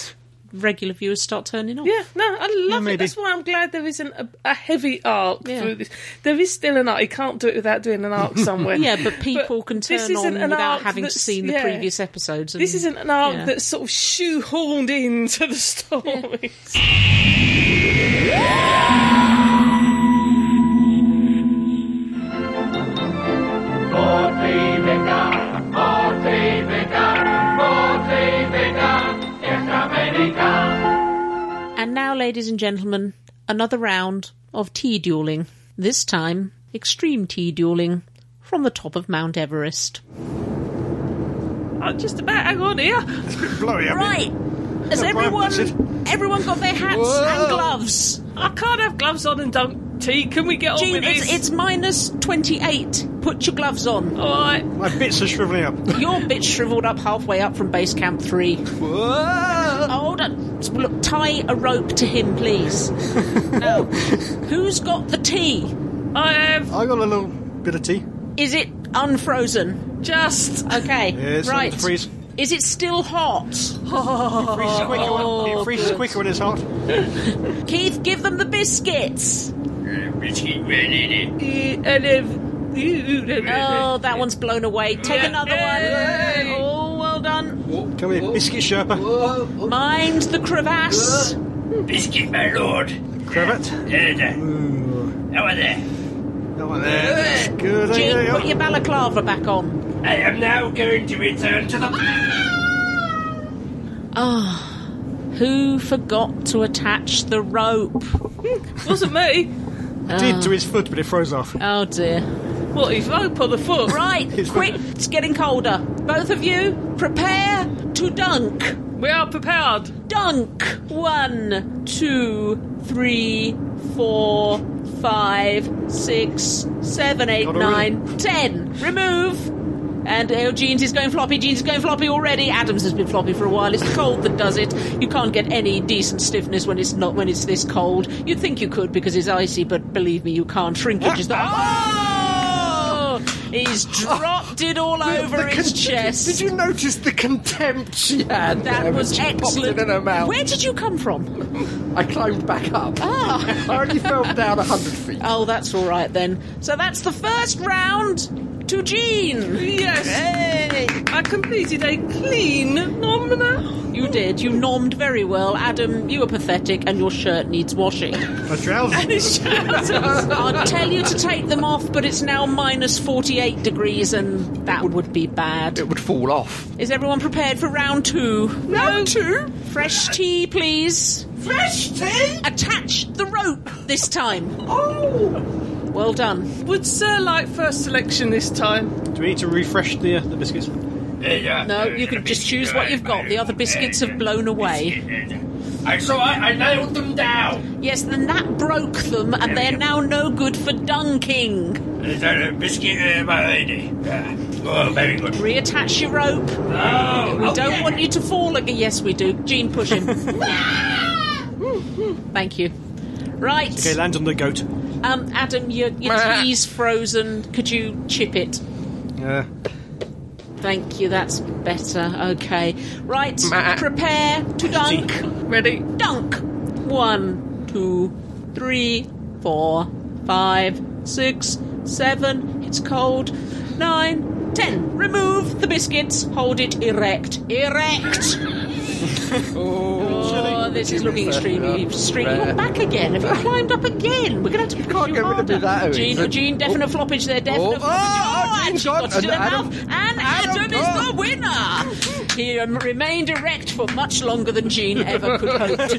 S2: regular viewers start turning off.
S5: Yeah, no, I love
S4: maybe.
S5: it. That's why I'm glad there isn't a, a heavy arc
S2: Yeah.
S5: through this. There is still an arc. You can't do it without doing an arc somewhere.
S2: Yeah, but people can
S5: this
S2: turn on
S5: isn't an
S2: without
S5: arc
S2: having
S5: that's-
S2: seen the
S5: yeah.
S2: previous episodes. And,
S5: This isn't an arc
S2: Yeah.
S5: that's sort of shoehorned into the story.
S2: And now, ladies and gentlemen, another round of tea dueling. This time, extreme tea dueling from the top of Mount Everest.
S5: I'm just about hang on here.
S4: Blowy up.
S2: Right. Has everyone
S4: that's it.
S2: everyone got their hats and gloves?
S5: I can't have gloves on and don't tea. Can we get on
S2: Gene,
S5: with
S2: it's,
S5: this?
S2: it's minus 28. Put your gloves on.
S5: all right.
S4: My bits are shriveling up.
S2: Your bitch shriveled up halfway up from base camp 3. Oh, Hold on. Look, tie a rope to him, please. no. Who's got the tea?
S5: I have
S4: I got a little bit of tea.
S2: Is it unfrozen?
S5: Just
S2: Okay.
S4: Yes,
S2: right.
S4: it freeze.
S2: Is it still hot?
S4: It freezes quicker when, it freezes quicker when it's hot.
S2: Keith, give them the biscuits. Oh, that one's blown away. Take another one. Oh, well done.
S4: Come here, biscuit sherpa.
S2: Mind the crevasse.
S7: Biscuit, my lord.
S4: Cravat.
S7: There, there. How are there?
S4: That one there. That's good. eh? There
S2: Gene,
S4: you go.
S2: put your balaclava back on.
S7: I am now going to return to the.
S2: Ah. Who forgot to attach the rope?
S5: wasn't me.
S4: Oh,
S2: Ah.
S4: did to his foot, but it froze off.
S2: Oh dear.
S5: What if I put the foot?
S2: Right, quick, it's getting colder. Both of you, prepare to dunk.
S5: We are prepared.
S2: Dunk. One, two, three, four, five, six, seven, eight,
S4: Got already.
S2: nine, ten. Remove. And oh, Jeans is going floppy. Jeans is going floppy already. Adams has been floppy for a while. It's the cold that does it. You can't get any decent stiffness when it's not when it's this cold. You'd think you could because it's icy, but believe me, you can't. Shrinkage is the. Oh! He's dropped it all over
S3: Ah! The
S2: his
S3: con-
S2: chest.
S3: Did you notice the contempt she had? there
S2: that
S3: when
S2: was
S3: she popped
S2: excellent.
S3: It in her mouth.
S2: Where did you come from?
S3: I climbed back up.
S2: Ah.
S3: I only fell down hundred feet.
S2: Oh, that's all right then. So that's the first round to Jean.
S5: Yes.
S2: Hey.
S5: I completed a clean nomina.
S2: You did. You nommed very well. Adam, you were pathetic and your shirt needs washing.
S4: My trousers.
S5: His trousers.
S2: I'd tell you to take them off, but it's now minus 48 degrees and that would be bad.
S3: It would fall off.
S2: Is everyone prepared for round two? Round two? Fresh tea, please.
S7: Fresh tea?
S2: Attach the rope this time.
S5: Oh.
S2: Well done.
S5: Would Sir like first selection this time?
S4: Do we need to refresh the, uh, the biscuits?
S2: No, you can just choose what you've got. The other biscuits have blown away.
S7: uh, I saw I, I nailed them down.
S2: Yes, then that broke them and they're now no good for dunking.
S7: Uh, Is that a biscuit, uh, my lady? Yeah. Oh, very good.
S2: Reattach your rope.
S7: Oh,
S2: We don't want you to fall again. Yes, we do. Gene, push him. Thank you. Right.
S4: Okay, land on the goat.
S2: Um, Adam, your, your tea's frozen. Could you chip it?
S4: Yeah.
S2: Thank you, that's better. Okay. Right, prepare to dunk.
S5: Ready?
S2: Dunk! One, two, three, four, five, six, seven. It's cold. Nine, ten. Remove the biscuits. Hold it erect. Erect! Oh, this is looking extremely extreme. You're back again. Have you climbed up again? We're going to have to push
S3: can't
S2: you
S3: get rid of
S2: harder.
S3: me that early.
S2: Gene, oh, Gene, definite floppage there. Definite
S3: Oh,
S2: floppage.
S3: oh,
S2: Oh, and
S3: Gene's
S2: she got
S3: gone.
S2: it to the
S3: And Adam-
S2: mouth. And
S3: Adam oh.
S2: Adam is the
S3: gone.
S2: winner. He um, remained erect for much longer than Jean ever could hope to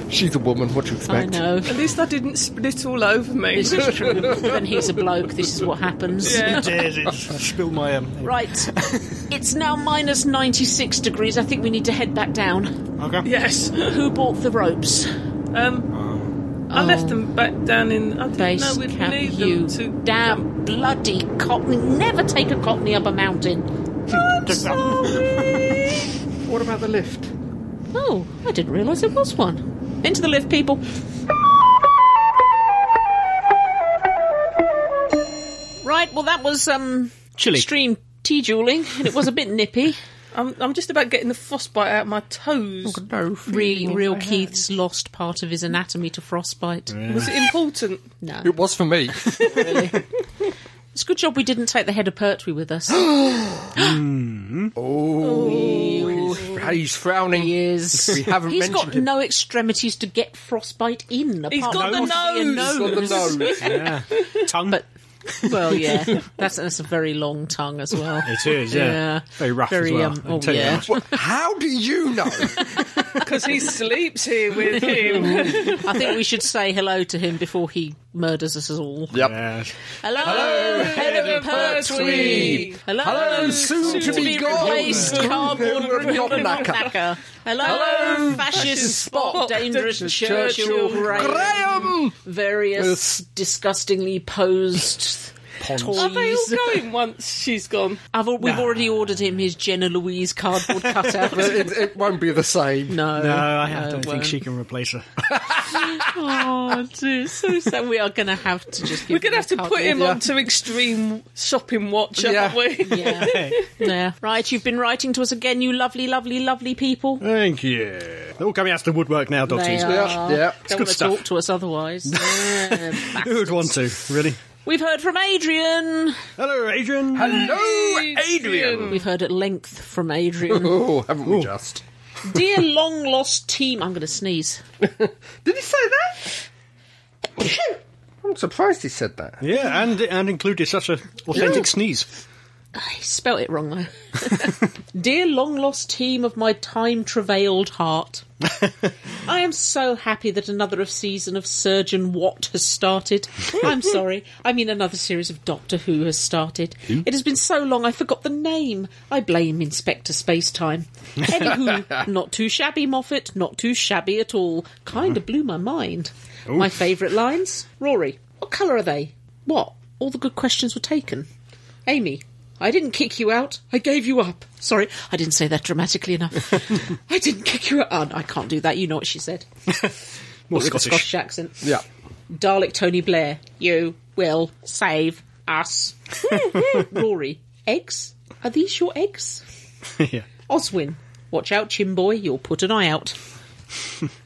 S2: do.
S3: She's a woman. What do you
S2: I
S3: expect?
S2: know.
S5: At least I didn't split all over me.
S2: This is true. When he's a bloke, this is what happens.
S5: Yeah.
S4: Dead, it spilled my. Um,
S2: Right. It's now minus 96 degrees. I think we need to head back down.
S4: Okay.
S5: Yes.
S2: Who bought the ropes?
S5: Um, I left them back down in. I didn't know
S2: Base
S5: we'd
S2: camp
S5: need
S2: Oh. you.
S5: them to.
S2: Damn bloody cockney. Never take a cockney up a mountain.
S3: What about the lift?
S2: Oh, I didn't realise there was one. Into the lift, people. Right, well, that was um,
S4: Chili.
S2: extreme tea dueling, and it was a bit nippy.
S5: I'm, I'm just about getting the frostbite out of my toes.
S2: Oh,
S3: No.
S2: Really, real Keith's lost part of his anatomy to frostbite.
S5: Was it important?
S2: No.
S3: It was for me.
S2: It's a good job we didn't take the head of Pertwee with us.
S3: He's frowning.
S2: he is.
S3: We haven't
S2: He's
S3: mentioned
S2: got
S3: him.
S2: no extremities to get frostbite in. Apart
S5: He's got
S2: from
S5: the
S2: obviously a
S5: nose.
S3: Got the nose.
S4: Yeah. Tongue.
S2: But- Well, yeah, that's, that's a very long tongue as well.
S4: it is, yeah.
S2: Yeah.
S4: Very rough
S2: Very,
S4: as well.
S2: um,
S4: I'll
S2: oh,
S4: tell you that
S2: yeah.
S4: much.
S3: What- How do you know?
S5: Because he sleeps here with him.
S2: I think we should say hello to him before he murders us all.
S3: yep.
S4: Yeah.
S2: Hello,
S5: head of Pertwee.
S2: Hello,
S3: Hello, soon to be gone.
S2: replaced cardboard remodelled knacker. Hello, fascist spot,
S5: spot,
S2: dangerous Churchill,
S5: Churchill
S2: Graham.
S3: Graham.
S2: various disgustingly posed Oh,
S5: Are they all
S2: toys.
S5: going once she's gone?
S2: I've, al- we've already ordered him his Jenna Louise cardboard cutout.
S3: But it, it won't be the same.
S2: No,
S4: No, I don't
S2: it
S4: think
S2: won't.
S4: she can replace her.
S2: Oh, dear, so sad. We are going to have to just. Give
S5: We're going to have to put him
S2: on.
S5: onto extreme shopping watch,
S3: Yeah.
S5: aren't we?
S2: Yeah. yeah. Right, you've been writing to us again, you lovely, lovely, lovely people.
S4: Thank you. They're all coming out of the woodwork now,
S2: They
S4: Dotties.
S2: are.
S3: Yeah, yeah.
S2: Don't
S4: good
S2: want to
S4: stuff.
S2: talk to us otherwise. Yeah,
S4: Who would
S2: bastards.
S4: want to, really?
S2: We've heard from Adrian.
S4: Hello, Adrian.
S3: Hello, Adrian.
S2: We've heard at length from Adrian.
S3: Oh, haven't we just?
S2: Dear long lost team. I'm going to sneeze.
S3: Did he say that? I'm surprised he said that.
S4: Yeah, and and included such a authentic sneeze.
S2: I spelt it wrong though. Dear long lost team of my time travailed heart. I am so happy that another of season of Surgeon Watt has started. I'm sorry, I mean another series of Doctor Who has started. It has been so long I forgot the name. I blame Inspector Spacetime. Anywho, not too shabby, Moffat, not too shabby at all. Kinda blew my mind. My favourite lines? Rory, what colour are they? What? All the good questions were taken. Amy, I didn't kick you out. I gave you up. Sorry, I didn't say that dramatically enough. I didn't kick you out. Oh, I can't do that. You know what she said.
S4: More
S2: With a
S4: Scottish.
S2: Scottish accent.
S3: Yeah.
S2: Dalek Tony Blair, you will save us. Rory, eggs? Are these your eggs?
S4: yeah.
S2: Oswin, watch out, Chimboy, you'll put an eye out.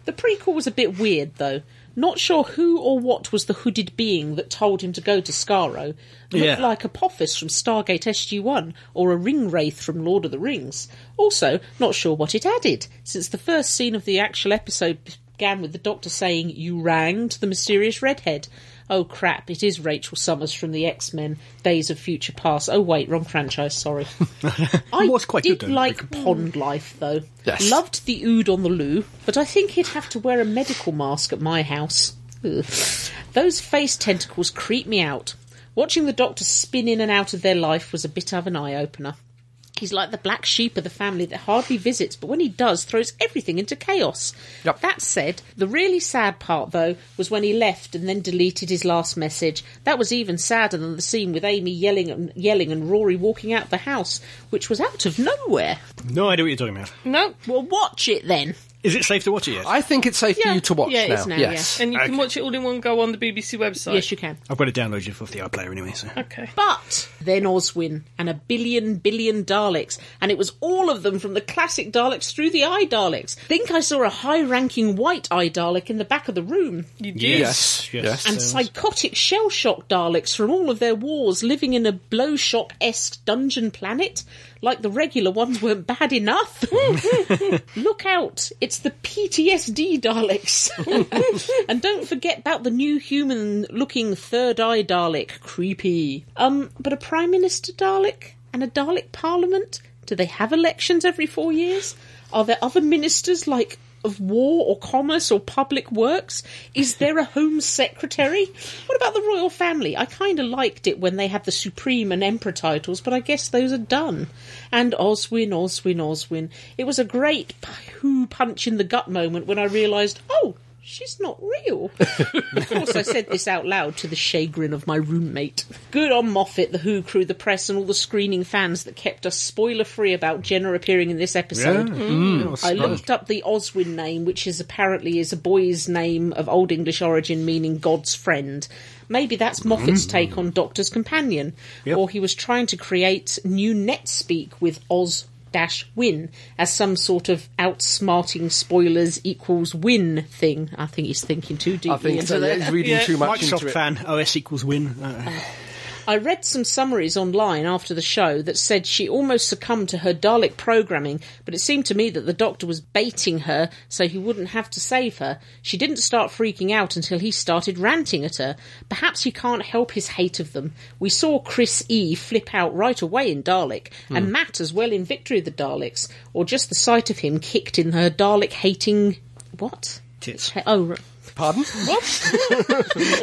S2: the prequel was a bit weird, though. Not sure who or what was the hooded being that told him to go to Skaro. Looked
S4: Yeah.
S2: like Apophis from Stargate SG-1 or a ring wraith from Lord of the Rings. Also, not sure what it added, since the first scene of the actual episode began with the Doctor saying, "You rang" to the mysterious redhead. Oh crap! It is Rachel Summers from the X-Men: Days of Future Past. Oh wait, wrong franchise. Sorry. I
S4: was quite
S2: did
S4: good, though.
S2: like pond life though.
S3: Yes.
S2: Loved the ood on the loo, but I think he'd have to wear a medical mask at my house. Ugh. Those face tentacles creep me out. Watching the doctor spin in and out of their life was a bit of an eye opener. He's like the black sheep of the family that hardly visits, but when he does, throws everything into chaos.
S3: Yep.
S2: That said, the really sad part, though, was when he left and then deleted his last message. That was even sadder than the scene with Amy yelling and yelling and Rory walking out the house, which was out of nowhere.
S4: No idea what you're talking about.
S5: No,
S2: Well, watch it then.
S4: Is it safe to watch it yet?
S3: I think it's safe
S2: Yeah.
S3: for you to watch
S2: Yeah, it
S3: now.
S2: is now,
S3: Yes.
S5: and you can watch it all in one go on the BBC website.
S2: Yes, you can.
S4: I've got it downloaded off the iPlayer E anyway, so.
S5: okay.
S2: But then Oswin and a billion billion Daleks, and it was all of them from the classic Daleks through the Eye Daleks. Think I saw a high-ranking white Eye Dalek in the back of the room,
S5: You did.
S4: Yes, yes.
S3: yes.
S2: and psychotic shell shock Daleks from all of their wars, living in a blow esque dungeon planet. Like the regular ones weren't bad enough. Look out! It's the PTSD Daleks. and don't forget about the new human-looking third eye Dalek. Creepy. Um, but a prime minister Dalek and a Dalek parliament. Do they have elections every four years? Are there other ministers like? Of war or commerce or public works? Is there a home secretary? What about the royal family? I kind of liked it when they had the supreme and emperor titles, but I guess those are done. And Oswin, Oswin, Oswin. It was a great p- who punch in the gut moment when I realised, oh, she's not real. of course, I said this out loud to the chagrin of my roommate. Good on Moffat, the Who crew, the press, and all the screening fans that kept us spoiler free about Jenna appearing in this episode. Mm. I looked up the Oswin name, which is apparently is a boy's name of Old English origin, meaning God's friend. Maybe that's Moffat's take on Doctor's companion, or he was trying to create new net speak with Oz dash win as some sort of outsmarting spoilers equals win thing. I think he's thinking too deeply
S3: I think
S2: into
S3: so. Yeah,
S2: that.
S3: he's reading
S5: Yeah.
S3: too much into
S4: Microsoft
S3: it.
S4: fan, OS equals win. Uh,
S2: I read some summaries online after the show that said she almost succumbed to her Dalek programming, but it seemed to me that the doctor was baiting her so he wouldn't have to save her. She didn't start freaking out until he started ranting at her. Perhaps he can't help his hate of them. We saw Chris E flip out right away in Dalek, and Matt as well in Victory of the Daleks, or just the sight of him kicked in her Dalek hating. What?
S4: Tits.
S2: He- oh, r-
S3: Pardon?
S2: what?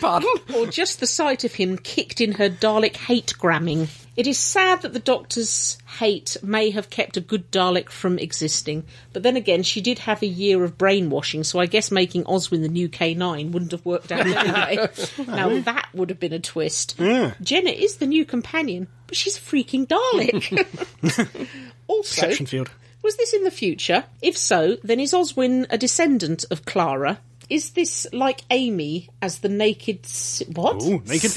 S3: Pardon?
S2: or just the sight of him kicked in her Dalek hate gramming. It is sad that the Doctor's hate may have kept a good Dalek from existing, but then again, she did have a year of brainwashing, so I guess making Oswin the new K9 wouldn't have worked out anyway. now that would have been a twist. Jenna is the new companion, but she's a freaking Dalek. also,
S4: Section field.
S2: was this in the future? If so, then is Oswin a descendant of Clara? Is this like Amy as the naked s- what?
S4: Ooh, naked.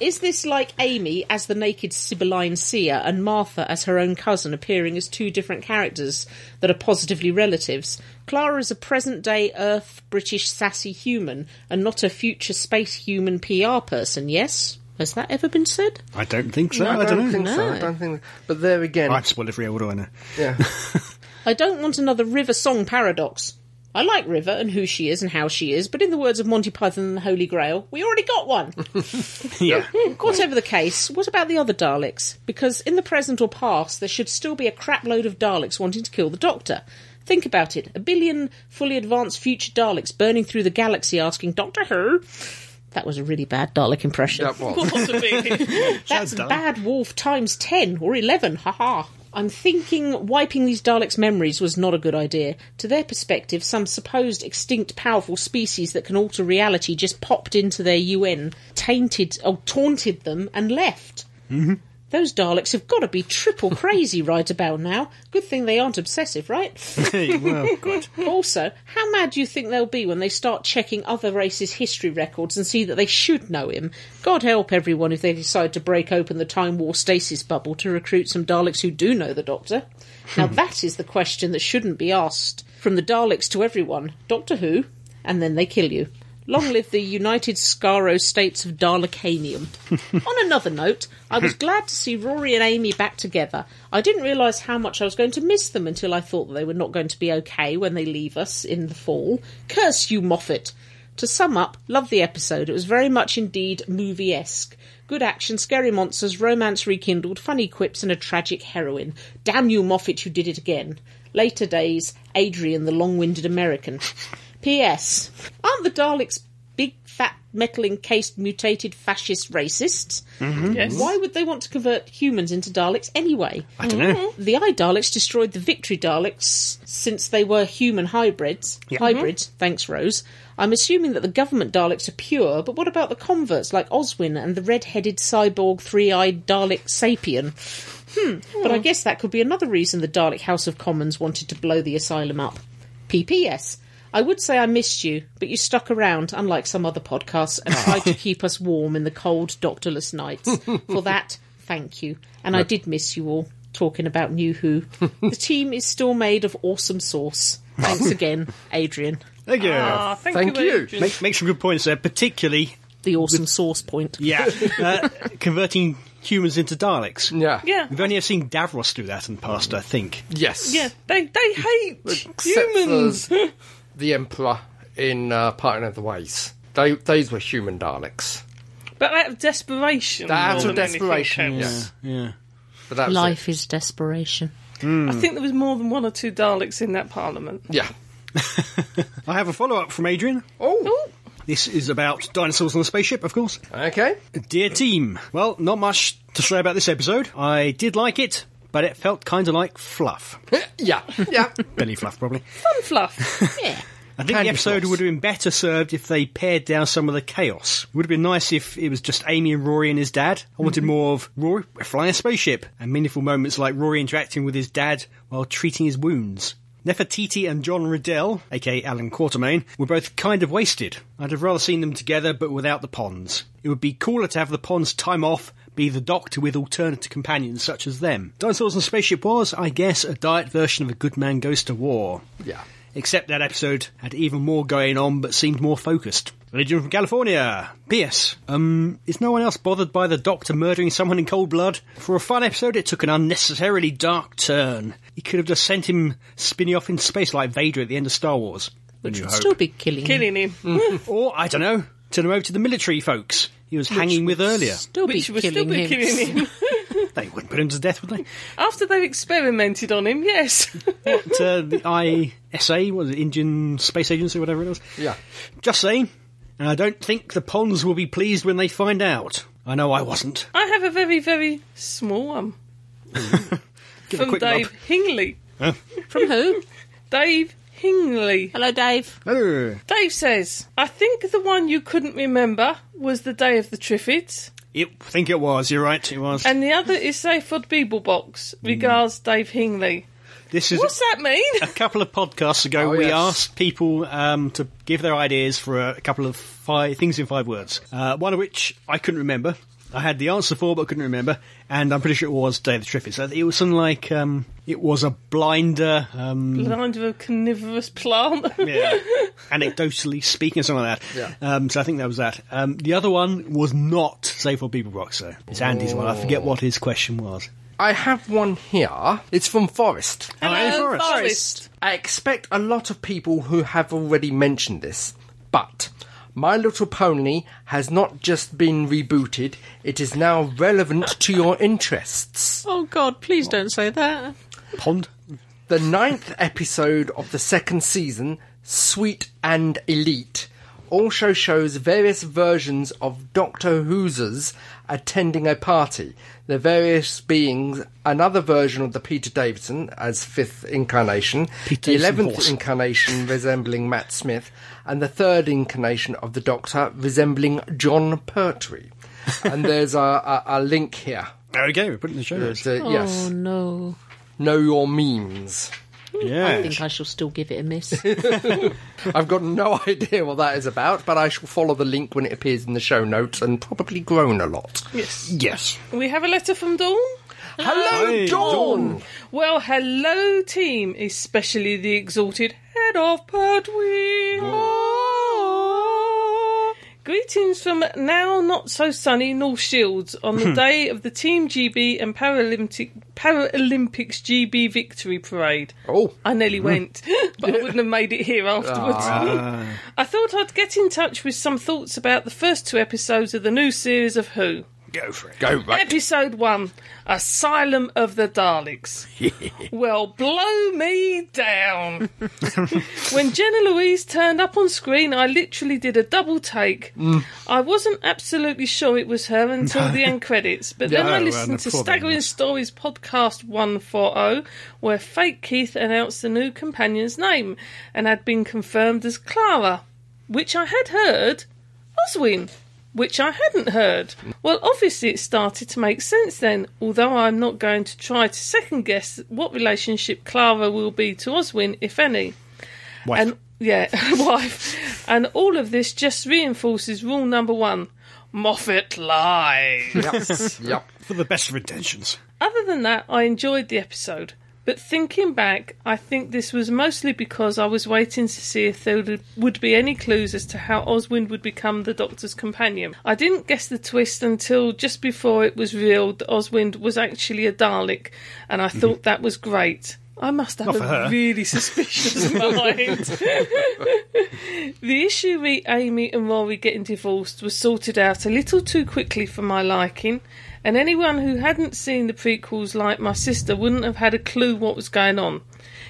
S2: Is this like Amy as the naked Sibylline seer and Martha as her own cousin appearing as two different characters that are positively relatives? Clara is a present day Earth British sassy human and not a future space human PR person, yes? Has that ever been said?
S4: I don't think so.
S3: I don't think
S4: know.
S3: so. I
S2: No.
S3: don't think. But there again,
S4: I'd spoil it for you, what do I know?
S3: yeah.
S2: I don't want another River song paradox. I like River and who she is and how she is, but in the words of Monty Python and the Holy Grail, we already got one.
S4: Yeah.
S2: Whatever the case, what about the other Daleks? Because in the present or past, there should still be a crap load of Daleks wanting to kill the Doctor. Think about it. A billion fully advanced future Daleks burning through the galaxy asking, Doctor Who? That was a really bad Dalek impression.
S3: That was.
S2: That's bad wolf times 10 or 11. Haha. I'm thinking wiping these Daleks' memories was not a good idea. To their perspective, some supposed extinct powerful species that can alter reality just popped into their UN, tainted or taunted them, and left. Those Daleks have got to be triple crazy right about now. Good thing they aren't obsessive, right?
S4: Hey, well, God.
S2: Also, how mad do you think they'll be when they start checking other races' history records and see that they should know him? God help everyone if they decide to break open the Time War stasis bubble to recruit some Daleks who do know the Doctor. Now, that is the question that shouldn't be asked from the Daleks to everyone Doctor Who? and then they kill you. Long live the United Scaro States of Darlacanium. On another note, I was glad to see Rory and Amy back together. I didn't realise how much I was going to miss them until I thought that they were not going to be okay when they leave us in the fall. Curse you, Moffat! To sum up, love the episode. It was very much indeed movie esque. Good action, scary monsters, romance rekindled, funny quips, and a tragic heroine. Damn you, Moffat, you did it again. Later days, Adrian the long winded American. P.S. Aren't the Daleks big, fat, metal encased, mutated fascist racists?
S5: Yes.
S2: Why would they want to convert humans into Daleks anyway?
S4: I don't
S3: Mm-hmm.
S4: know.
S2: The Eye Daleks destroyed the Victory Daleks since they were human hybrids. Hybrids, thanks, Rose. I'm assuming that the government Daleks are pure, but what about the converts like Oswin and the red-headed cyborg three-eyed Dalek Sapien? Hmm, but I guess that could be another reason the Dalek House of Commons wanted to blow the asylum up. PPS. I would say I missed you, but you stuck around, unlike some other podcasts, and tried to keep us warm in the cold, doctorless nights. For that, thank you. And I did miss you all talking about New Who. the team is still made of awesome sauce. Thanks again, Adrian.
S4: Thank you.
S5: Ah, thank,
S3: Thank
S5: you.
S3: you.
S5: Adrian.
S4: Make, make some good points there, particularly
S2: The awesome sauce point.
S4: yeah, uh, converting humans into Daleks.
S3: Yeah.
S5: Yeah.
S4: We've only ever seen Davros do that in the past, I think.
S3: Yes.
S5: Yeah, they they hate
S3: Except
S5: humans.
S3: for the Emperor in uh, Parting of the Ways. They, those were human Daleks.
S5: But out of desperation.
S3: Out
S5: more
S3: of
S5: than anything
S3: desperation,
S5: else.
S3: yeah.
S4: Yeah.
S3: But that was
S2: Life is desperation.
S5: I think there was more than one or two Daleks in that parliament.
S3: it. Yeah.
S4: I have a follow up from Adrian.
S3: Oh.
S4: This is about dinosaurs on a spaceship, of course.
S3: Okay.
S4: Dear team, well, not much to say about this episode. I did like it, but it felt kind of like fluff.
S3: Yeah. Yeah.
S4: Belly fluff, probably.
S5: Fun fluff.
S2: Yeah.
S4: I think
S3: Candy
S4: the episode
S3: floss.
S4: would have been better served if they pared down some of the chaos. It would have been nice if it was just Amy and Rory and his dad.
S3: Mm-hmm.
S4: I wanted more of Rory flying a spaceship and meaningful moments like Rory interacting with his dad while treating his wounds. Nefertiti and John Riddell, aka Alan Quatermain, were both kind of wasted. I'd have rather seen them together but without the ponds. It would be cooler to have the ponds time off, be the doctor with alternate companions such as them. Dinosaurs and Spaceship was, I guess, a diet version of A Good Man Goes to War
S3: Yeah.
S4: except that episode had even more going on but seemed more focused. Religion from California. P.S. Um, is no one else bothered by the Doctor murdering someone in cold blood? For a fun episode, it took an unnecessarily dark turn. He could have just sent him spinning off in space like Vader at the end of Star Wars.
S2: Which
S4: New
S2: would
S4: Hope.
S2: still be killing.
S5: Killing him.
S4: Or, I don't know, turn him over to the military folks he was hanging with earlier.
S2: Still be
S5: Which would
S2: killing
S5: still be
S2: him.
S5: killing him.
S4: They wouldn't put him to death, would they?
S5: After they've experimented on him, yes.
S4: But, uh, the ISA, was it Indian Space Agency, whatever it was?
S3: Yeah.
S4: Just saying. And I don't think the Ponds will be pleased when they find out. I know I wasn't.
S5: I have a very, very small one.
S4: Give a
S5: From
S4: quick
S5: Dave
S4: rub.
S5: Hingley.
S2: From who?
S5: Dave Hingley.
S2: Hello, Dave.
S4: Oh,
S5: Dave says, I think the one you couldn't remember was the Day of the Triffids,
S4: it, I think it was. You're right. It was.
S5: and the other is Safe for Beeble Box. Regards,
S4: Mm.
S5: Dave Hingley.
S4: this is
S5: What's that mean?
S4: a couple of podcasts ago.
S3: Oh,
S4: we
S3: yes.
S4: asked people um, to give their ideas for a couple of five things in five words. Uh, one of which I couldn't remember. I had the answer for, but couldn't remember. And I'm pretty sure it was Day of the Triffids. So It was something like um, it was a blinder. Um,
S5: Blind of a carnivorous plant.
S4: yeah. anecdotally speaking, or something like that. Um, so I think that was that. Um, the other one was not Save for People Rock, so it's Andy's one. I forget what his question was.
S3: I have one here. It's from Forrest.
S4: Hello, Forrest.
S5: Forest.
S3: I expect a lot of people who have already mentioned this, but My Little Pony has not just been rebooted, it is now relevant to your interests.
S2: Oh God! Please don't say that.
S4: Pond?
S3: The ninth episode of the second season, Sweet and Elite, also shows various versions of Doctor Who's attending a party, the various beings another version of the Peter Davison as fifth incarnation,
S4: Peter
S3: the
S4: Davison
S3: eleventh
S4: horse.
S3: incarnation resembling Matt Smith, and the third incarnation of the Doctor resembling John Pertwee. and there's a, a, a link here.
S4: There we go. We're putting the show. notes.
S3: It's a-
S2: Oh
S3: Yes,
S2: no!
S3: know your means.
S2: I
S4: Yeah.
S2: think I shall still give it a miss.
S3: I've got no idea what that is about, but I shall follow the link when it appears in the show notes and probably groan a lot.
S5: Yes.
S4: Yes.
S5: We have a letter from Dawn.
S3: Hello,
S4: Hey,
S3: Dawn!
S5: Well, hello, team, especially the exalted head of Pertwee. Ah. Greetings from now not so sunny North Shields on the day of the Team GB and Paralympic Paralympics GB victory parade.
S3: Oh,
S5: I nearly went, but I wouldn't have made it here afterwards. I thought I'd get in touch with some thoughts about the first two episodes of the new series of Who.
S4: Go for it.
S3: go back.
S5: Episode 1 Asylum of the Daleks. well, blow me down. when Jenna Louise turned up on screen, I literally did a double take. I wasn't absolutely sure it was her until the end credits, but then
S4: No,
S5: I
S4: and
S5: listened to
S4: before then,
S5: Staggering
S4: yes.
S5: Stories Podcast 140, where Fake Keith announced the new companion's name and had been confirmed as Clara, which I had heard Oswin which I hadn't heard. Well, obviously, it started to make sense then, although I'm not going to try to second guess what relationship Clara will be to Oswin, if any.
S4: Wife.
S5: And yeah, wife. And all of this just reinforces rule number one Moffat lies.
S3: Yep.
S4: For the best of intentions.
S5: Other than that, I enjoyed the episode. But thinking back, I think this was mostly because I was waiting to see if there would- would be any clues as to how Oswind would become the Doctor's companion. I didn't guess the twist until just before it was revealed that Oswind was actually a Dalek, and I thought that was great. I must have
S4: Mm-hmm. for her.
S5: a really suspicious mind. The issue with Amy and Rory getting divorced was sorted out a little too quickly for my liking, and anyone who hadn't seen the prequels like my sister wouldn't have had a clue what was going on.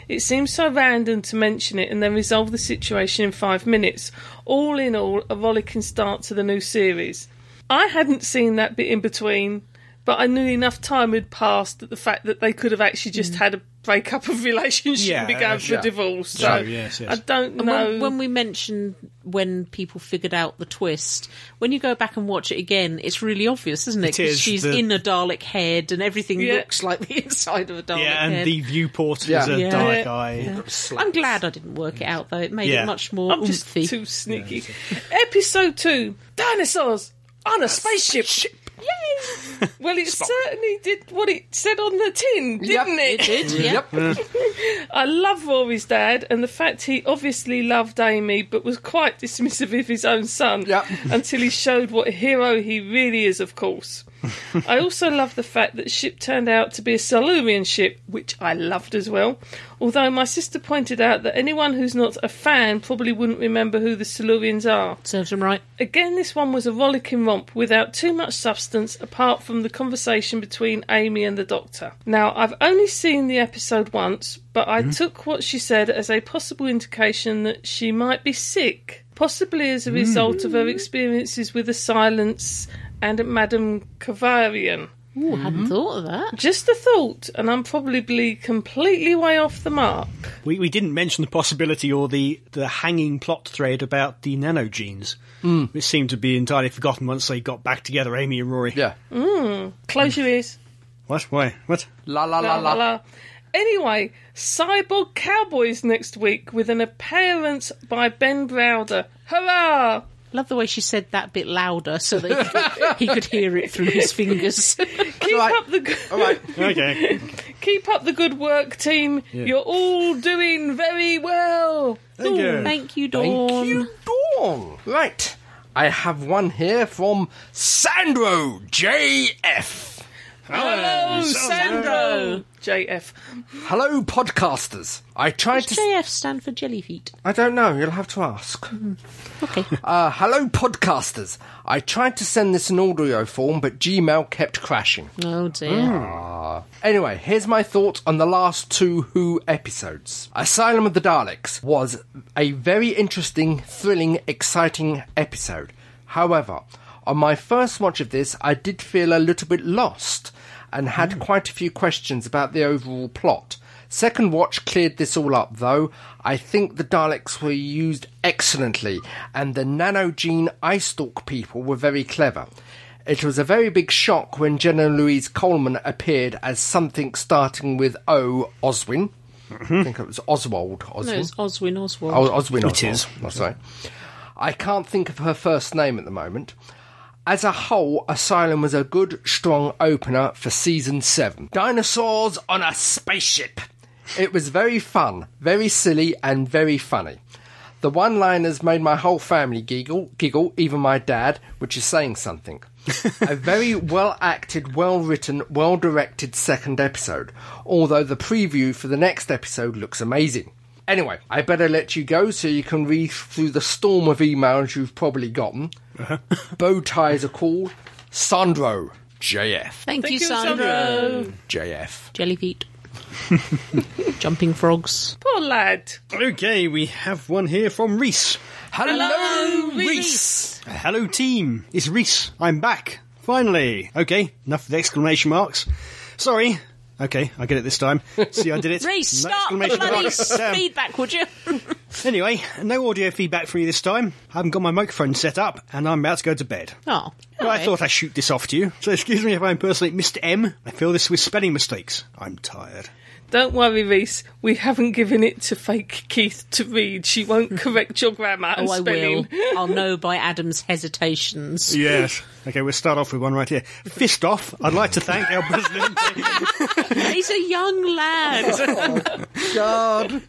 S5: It seems so random to mention it and then resolve the situation in five minutes. All in all, a rollicking start to the new series. I hadn't seen that bit in between, but I knew enough time had passed that the fact that they could have actually just had a breakup of relationship
S4: Mm. Yeah, uh,
S5: and be going for
S4: yeah.
S5: divorce. So
S4: Sure, yes, yes.
S5: I don't
S2: And
S5: know.
S2: when, when we mentioned when people figured out the twist, when you go back and watch it again, it's really obvious, isn't it?
S4: It
S2: 'Cause
S4: is,
S2: she's
S4: the-
S2: in a Dalek head, and everything
S5: Yeah.
S2: looks like the inside of a Dalek
S4: Yeah,
S2: head.
S4: and the viewport
S3: Yeah.
S4: is a
S2: Yeah.
S4: dark
S5: Yeah.
S4: eye.
S2: I'm glad I didn't work it out though; it made
S4: Yeah.
S2: it much more
S5: I'm just
S2: oomphy.
S5: too sneaky. Episode two: Dinosaurs on a spaceship. Yay! well, it certainly did what it said on the tin, didn't
S2: It did, yeah.
S3: Yep.
S5: I love Rory's dad and the fact he obviously loved Amy but was quite dismissive of his own son
S3: Yep.
S5: until he showed what a hero he really is, of course. I also love the fact that ship turned out to be a Silurian ship, which I loved as well. Although my sister pointed out that anyone who's not a fan probably wouldn't remember who the Silurians are.
S2: Serves him right.
S5: Again, this one was a rollicking romp without too much substance apart from the conversation between Amy and the Doctor. Now, I've only seen the episode once, but I took what she said as a possible indication that she might be sick, possibly as a result of her experiences with the silence and at Madame Kavarian.
S2: Ooh, I hadn't thought of that.
S5: Just a thought, and I'm probably completely way off the mark.
S4: We, we didn't mention the possibility or the, the hanging plot thread about the nanogenes, mm. which seemed to be entirely forgotten once they got back together, Amy and Rory.
S3: Yeah.
S5: Close your ears.
S4: What? Why? What?
S3: La la la
S5: la,
S3: la.
S5: la. Anyway, Cyborg Cowboys next week with an appearance by Ben Browder. Hurrah!
S2: Love the way she said that bit louder so that he could, he could hear it through his fingers.
S5: Keep
S3: Right.
S5: up the good,
S3: All right.
S4: Okay.
S5: keep up the good work, team. You're all doing very well.
S4: Thank you.
S2: Thank you, Dawn.
S3: Thank you, Dawn. Right. I have one here from Sandro JF.
S5: Hello, Oh, Sandro. JF.
S3: Hello, podcasters. I tried to.
S2: JF stand for jelly feet.
S3: I don't know. You'll have to ask.
S2: Okay.
S3: Uh, hello, podcasters. I tried to send this in audio form, but Gmail kept crashing.
S2: oh dear.
S3: Anyway, here's my thought on the last two Who episodes. Asylum of the Daleks was a very interesting, thrilling, exciting episode. However, on my first watch of this, I did feel a little bit lost and had quite a few questions about the overall plot. Second watch cleared this all up, though. I think the Daleks were used excellently, and the nanogene Eyestalk people were very clever. It was a very big shock when Jenna Louise Coleman appeared as something starting with O Oswin. I think it was Oswald Oswin.
S2: No, it's Oswin Oswald.
S3: Oh, Oswin Oswald.
S4: is.
S3: Oh, sorry. I can't think of her first name at the moment. As a whole, Asylum was a good, strong opener for season seven. Dinosaurs on a spaceship. It was very fun, very silly, and very funny. The one liners made my whole family giggle, giggle, even my dad, which is saying something. a very well acted, well written, well directed second episode, although the preview for the next episode looks amazing. Anyway, I better let you go so you can read through the storm of emails you've probably gotten. Bow ties are cool. Sandro. JF.
S2: Thank,
S5: Thank
S2: you,
S5: you,
S2: Sandra.
S5: Sandro.
S3: JF.
S2: Jellyfeet. Jumping frogs.
S5: Poor lad.
S4: Okay, we have one here from Reese.
S3: Hello,
S5: Reese.
S3: Reese.
S4: Hello, team. It's Reese. I'm back. Finally. Okay, enough of the exclamation marks. Sorry. Okay, I get it this time. See, I did it.
S2: Reese, start
S4: No
S2: the
S4: exclamation
S2: bloody
S4: marks. Damn.
S2: feedback, would you?
S4: Anyway, no audio feedback from you this time. I haven't got my microphone set up, and I'm about to go to bed.
S2: Oh.
S4: Well, I
S2: okay.
S4: thought I'd shoot this off to you. So excuse me if I impersonate Mr. M. I feel this with spelling mistakes. I'm tired.
S5: Don't worry, Reese. We haven't given it to fake Keith to read. She won't correct your grammar and
S2: Oh, I will.
S5: spelling.
S2: I'll know by Adam's hesitations.
S4: Yes. Okay, we'll start off with one right here. Fist off. I'd like to thank our president.
S2: He's a young lad.
S3: God.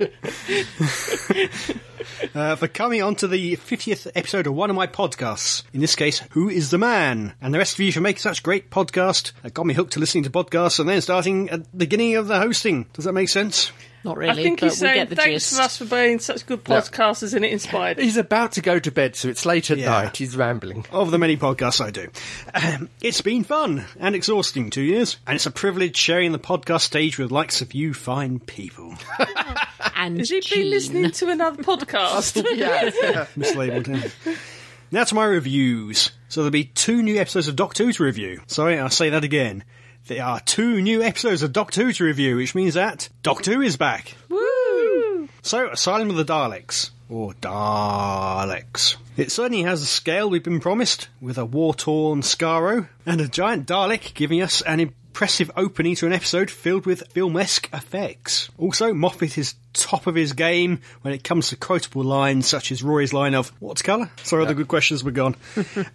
S4: uh, for coming on to the 50th episode of one of my podcasts. In this case, Who is the Man? And the rest of you for making such great podcast that got me hooked to listening to podcasts and then starting at the beginning of the hosting. Does that make sense?
S2: Not
S5: I
S2: really,
S5: think
S2: but
S5: he's
S2: we
S5: saying
S2: get the
S5: thanks
S2: gist.
S5: for us for being such good podcasters and it inspired us.
S3: He's about to go to bed, so it's late at
S4: Yeah.
S3: night. He's rambling.
S4: Of the many podcasts I do. Um, it's been fun and exhausting two years, and it's a privilege sharing the podcast stage with likes of you fine people.
S2: And
S5: Has he
S2: Jean.
S5: been listening to another podcast?
S3: yeah.
S4: mislabeled yeah. Now to my reviews. So there'll be two new episodes of Doctor Who to review. Sorry, I'll say that again. There are two new episodes of Doctor Who to review, which means that Doctor Who is back. So, Asylum of the Daleks. Or Daleks. It certainly has the scale we've been promised, with a war torn Scaro and a giant Dalek giving us an impressive opening to an episode filled with filmesque effects. Also, Moffat is top of his game when it comes to quotable lines such as Rory's line of, What's colour? Sorry, the good questions were gone.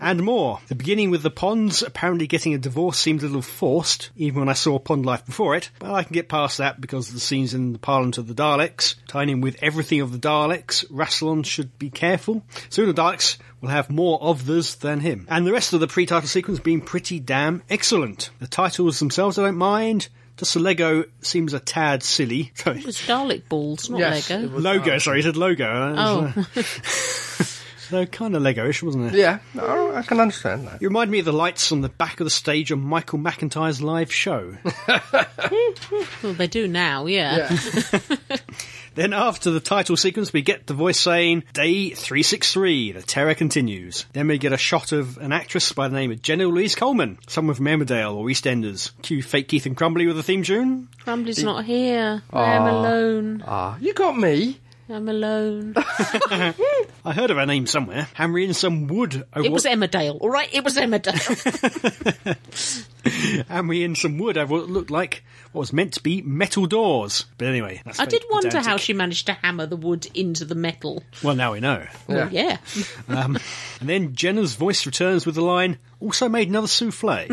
S4: and more. The beginning with the Ponds apparently getting a divorce seemed a little forced, even when I saw Pond Life before it, but I can get past that because the scenes in the Parliament of the Daleks, tying in with everything of the Daleks, Rassilon should be careful. Soon the Daleks will have more of this than him. And the rest of the pre-title sequence being pretty damn excellent. The titles themselves I don't mind, just the Lego seems a tad silly. Sorry.
S2: It was Dalek balls, not
S3: Yes,
S2: Lego.
S3: it was-
S4: Logo, sorry, he said logo. Uh,
S2: Oh,
S4: So kind of Lego-ish, wasn't it?
S3: Yeah, no, I can understand that.
S4: You remind me of the lights on the back of the stage on Michael McIntyre's live show.
S2: well, they do now, yeah.
S3: Yeah.
S4: then after the title sequence, we get the voice saying, Day 363, the terror continues. Then we get a shot of an actress by the name of Jenna Louise Coleman, someone from Emmerdale or EastEnders. Cue fake Keith and Crumbly with the theme tune.
S2: Crumbly's not here. I'm alone.
S3: Ah, you got me.
S2: I'm alone.
S4: I heard of her name somewhere. Hammering some wood over
S2: It was Emmerdale, all right? It was Emmerdale.
S4: hammering some wood over what looked like what was meant to be metal doors. But anyway, that's
S2: I
S4: fake
S2: did wonder
S4: pedantic.
S2: how she managed to hammer the wood into the metal.
S4: Well, now we know.
S2: Well, yeah.
S4: And then Jenna's voice returns with the line, also made another souffle.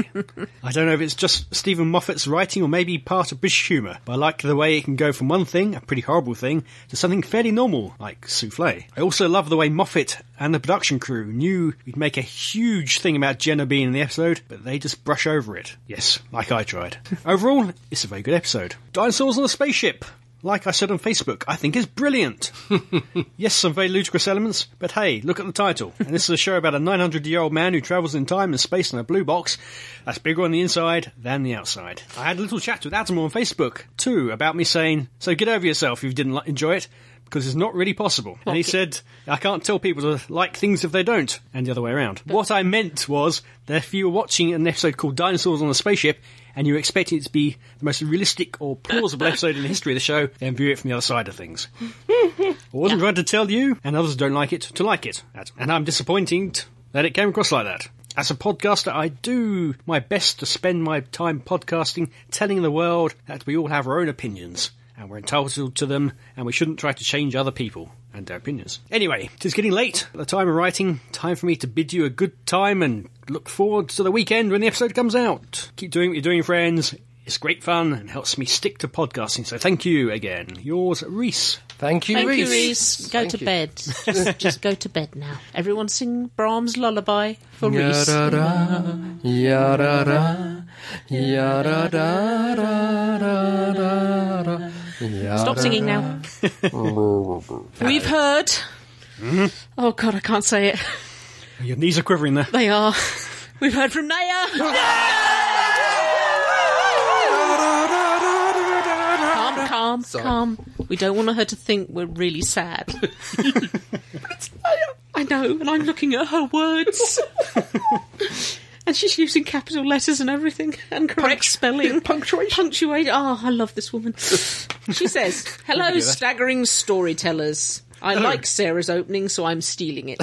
S4: I don't know if it's just Stephen Moffat's writing or maybe part of British humour, but I like the way it can go from one thing, a pretty horrible thing, to something fairly normal, like souffle. I also love the way Moffat and the production crew knew we'd make a huge thing about Jenna being in the episode, but they just brush over it. Yes, like I tried. Overall, it's a very good episode. Dinosaurs on a spaceship. Like I said on Facebook, I think it's brilliant. Yes, some very ludicrous elements, but hey, look at the title. And this is a show about a 900 year old man who travels in time and space in a blue box that's bigger on the inside than the outside. I had a little chat with Adam on Facebook, too, about me saying, so get over yourself if you didn't li- enjoy it, because it's not really possible. And he said, I can't tell people to like things if they don't, and the other way around. What I meant was that if you were watching an episode called Dinosaurs on a Spaceship, and you expect it to be the most realistic or plausible episode in the history of the show, then view it from the other side of things. I wasn't trying to tell you, and others don't like it, to like it. That- And I'm disappointed that it came across like that. As a podcaster, I do my best to spend my time podcasting, telling the world that we all have our own opinions, and we're entitled to them, and we shouldn't try to change other people and their opinions. Anyway, it is getting late at the time of writing. Time for me to bid you a good time and look forward to the weekend when the episode comes out. Keep doing what you're doing, friends. It's great fun and helps me stick to podcasting, so thank you again. Yours, Reese.
S3: Thank you,
S2: Thank
S3: Reese.
S2: you, Reese. Go
S3: Thank
S2: to
S3: you.
S2: bed. Just, just go to bed now. Everyone sing Brahms' lullaby for Reese.
S3: Ya-da-da, ya-da-da, ya-da-da-da-da-da.
S2: Stop singing now. We've heard. Oh God, I can't say it.
S4: Your knees are quivering there.
S2: They are. We've heard from Naya. Calm, calm, calm. We don't want her to think we're really sad. It's Naya. I know, and I'm looking at her words. And she's using capital letters and everything, and correct spelling.
S3: Punctuation.
S2: punctuate. Oh, I love this woman. she says, "Hello, staggering storytellers. I like Sarah's opening, so I'm stealing it.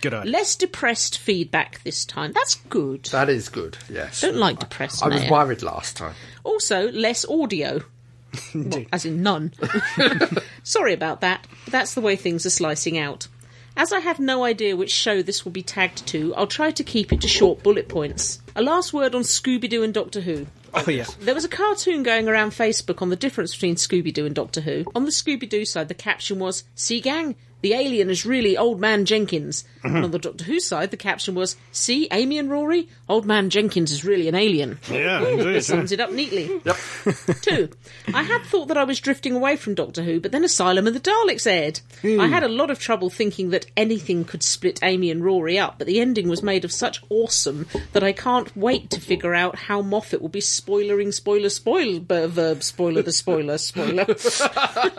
S4: Good eye.
S2: Less depressed feedback this time. That's good.
S3: That is good. Yes.
S2: Don't like depressed.
S3: I was
S2: Naya.
S3: worried last time.
S2: Also, less audio. Well, as in none. Sorry about that. but That's the way things are slicing out. As I have no idea which show this will be tagged to, I'll try to keep it to short bullet points. A last word on Scooby Doo and Doctor Who.
S4: Oh, yeah.
S2: There was a cartoon going around Facebook on the difference between Scooby Doo and Doctor Who. On the Scooby Doo side, the caption was, See, gang, the alien is really Old Man Jenkins. And on the Doctor Who side, the caption was, See, Amy and Rory, Old Man Jenkins is really an alien.
S4: Yeah, indeed.
S2: Sums it up neatly. Yep. Two, I had thought that I was drifting away from Doctor Who, but then Asylum and the Daleks aired. I had a lot of trouble thinking that anything could split Amy and Rory up, but the ending was made of such awesome that I can't wait to figure out how Moffat will be spoilering, spoiler, spoil, ber- verb, spoiler, the spoiler, spoiler.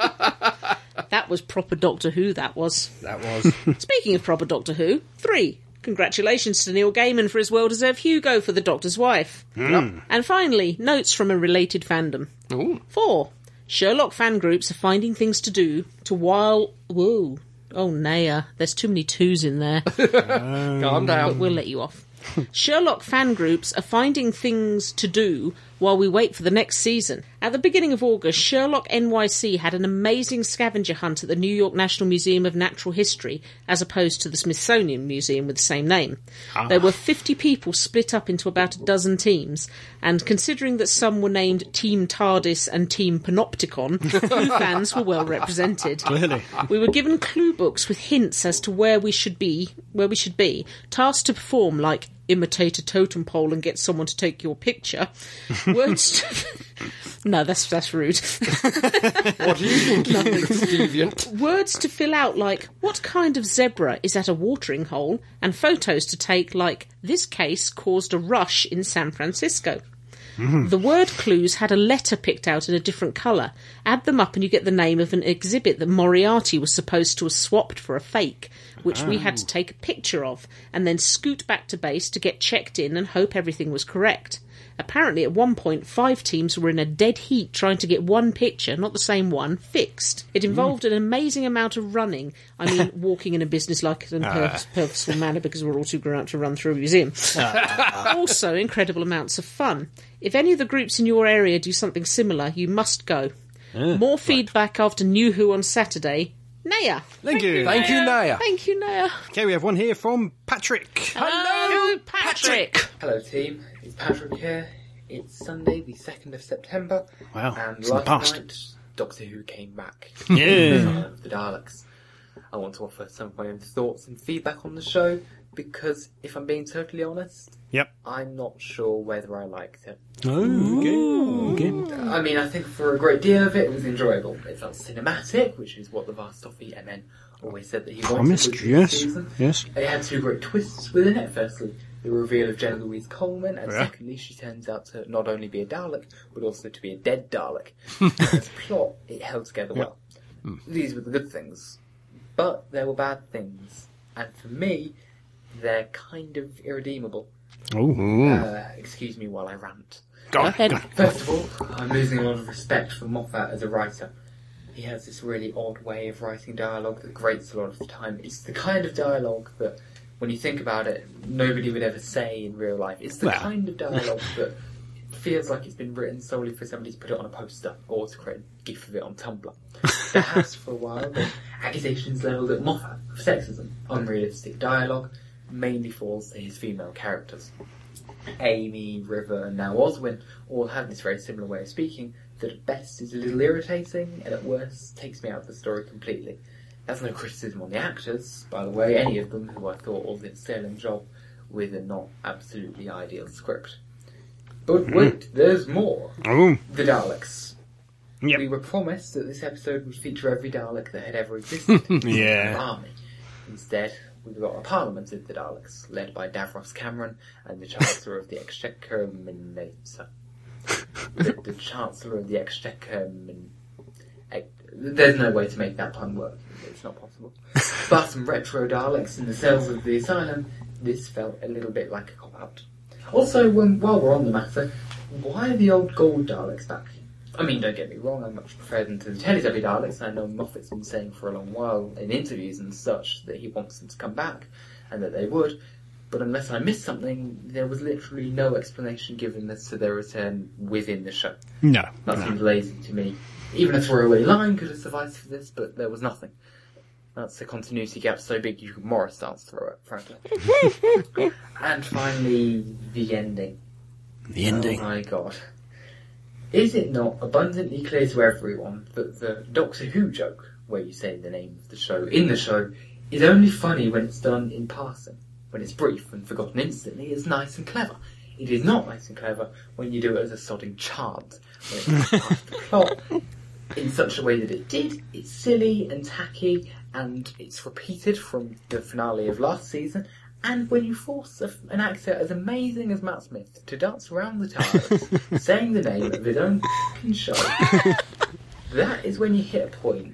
S2: that was proper Doctor Who, that was.
S3: That was.
S2: Speaking of proper Doctor Who, three. Congratulations to Neil Gaiman for his well deserved Hugo for The Doctor's Wife. And finally, notes from a related fandom. Four. Sherlock fan groups are finding things to do to while. Whoa. Oh, Naya. There's too many twos in there.
S3: Calm down.
S2: We'll let you off. Sherlock fan groups are finding things to do while we wait for the next season. At the beginning of August, Sherlock NYC had an amazing scavenger hunt at the New York National Museum of Natural History, as opposed to the Smithsonian Museum with the same name. There were 50 people split up into about a dozen teams, and considering that some were named Team TARDIS and Team Panopticon, Who fans were well represented.
S4: Clearly.
S2: We were given clue books with hints as to where we should be, where we should be, tasked to perform like imitate a totem pole and get someone to take your picture. Words to... No, that's that's rude.
S3: What are you thinking? Deviant.
S2: Words to fill out like what kind of zebra is at a watering hole and photos to take like this case caused a rush in San Francisco. The word clues had a letter picked out in a different colour. Add them up and you get the name of an exhibit that Moriarty was supposed to have swapped for a fake, which we had to take a picture of and then scoot back to base to get checked in and hope everything was correct. Apparently, at one point, five teams were in a dead heat trying to get one picture, not the same one, fixed. It involved an amazing amount of running. I mean, walking in a business-like and pur- purposeful manner because we're all too grown up to run through a museum also incredible amounts of fun. If any of the groups in your area do something similar, you must go.
S4: Ah,
S2: More feedback after New Who on Saturday. Naya.
S4: Thank you.
S3: Thank you, Naya.
S2: Thank you, Naya.
S4: Okay, we have one here from Patrick.
S2: Hello, Patrick.
S8: Hello, team. It's Patrick here. It's Sunday, the 2nd of September.
S4: Wow,
S8: And
S4: it's in the past.
S8: last night, Doctor Who came back.
S4: Yeah.
S8: Return of the Daleks. I want to offer some of my own thoughts and feedback on the show because, if I'm being totally honest,
S4: Yep.
S8: I'm not sure whether I liked it.
S4: Oh, okay. okay.
S8: I mean, I think for a great deal of it, it was enjoyable. It felt cinematic, which is what the vast Toffee MN always said that he
S4: Promised,
S8: wanted. with
S4: yes,
S8: this season.
S4: yes.
S8: It had two great twists within it. Firstly, the reveal of Jenna Louise Coleman, and
S4: Yeah.
S8: secondly, she turns out to not only be a Dalek, but also to be a dead Dalek. and as plot, it held together well. These were the good things, but there were bad things. And for me, they're kind of irredeemable.
S4: Oh,
S8: Uh, excuse me while I rant.
S4: God.
S2: Then-
S8: First of all, I'm losing a lot of respect for Moffat as a writer. He has this really odd way of writing dialogue that grates a lot of the time. It's the kind of dialogue that, when you think about it, nobody would ever say in real life. It's the
S4: Well.
S8: kind of dialogue that feels like it's been written solely for somebody to put it on a poster or to create a gif of it on Tumblr. There has, for a while, been accusations levelled at Moffat of sexism. Unrealistic dialogue mainly falls to his female characters. Amy, River, and now Oswin all have this very similar way of speaking, that at best is a little irritating and at worst takes me out of the story completely. That's no criticism on the actors, by the way, any of them who I thought all did a sterling job with a not absolutely ideal script. But wait, there's more.
S4: Mm-hmm. Oh,
S8: The Daleks.
S4: Yep.
S8: We were promised that this episode would feature every Dalek that had ever existed.
S4: yeah.
S8: army. Instead, we got a parliament of the Daleks, led by Davros Cameron and the Chancellor of the Exchequer Minator. The, the Chancellor of the Exchequer Min... Ex- There's no way to make that pun work. It's not possible. But some retro Daleks in the cells of the asylum, this felt a little bit like a cop-out. Also, um, while we're on the matter, why are the old gold Daleks back? I mean, don't get me wrong, I much prefer them to the Teletubby Daleks, and I know Moffat's been saying for a long while in interviews and such that he wants them to come back, and that they would, but unless I missed something, there was literally no explanation given as to their return within the show.
S4: No.
S8: That seems lazy to me. Even a throwaway line could have sufficed for this, but there was nothing. That's a continuity gap so big you could Morris dance through it, frankly. and finally, the ending.
S4: The
S8: Oh my god. Is it not abundantly clear to everyone that the Doctor Who joke, where you say the name of the show in the show, is only funny when it's done in passing? When it's brief and forgotten instantly, it's nice and clever. It is not nice and clever when you do it as a sodding chant, when it's not part of the plot, in such a way that it did. It's silly and tacky, and it's repeated from the finale of last season. And when you force a, an actor as amazing as Matt Smith to dance around the towers, saying the name of his own fucking show, that is when you hit a point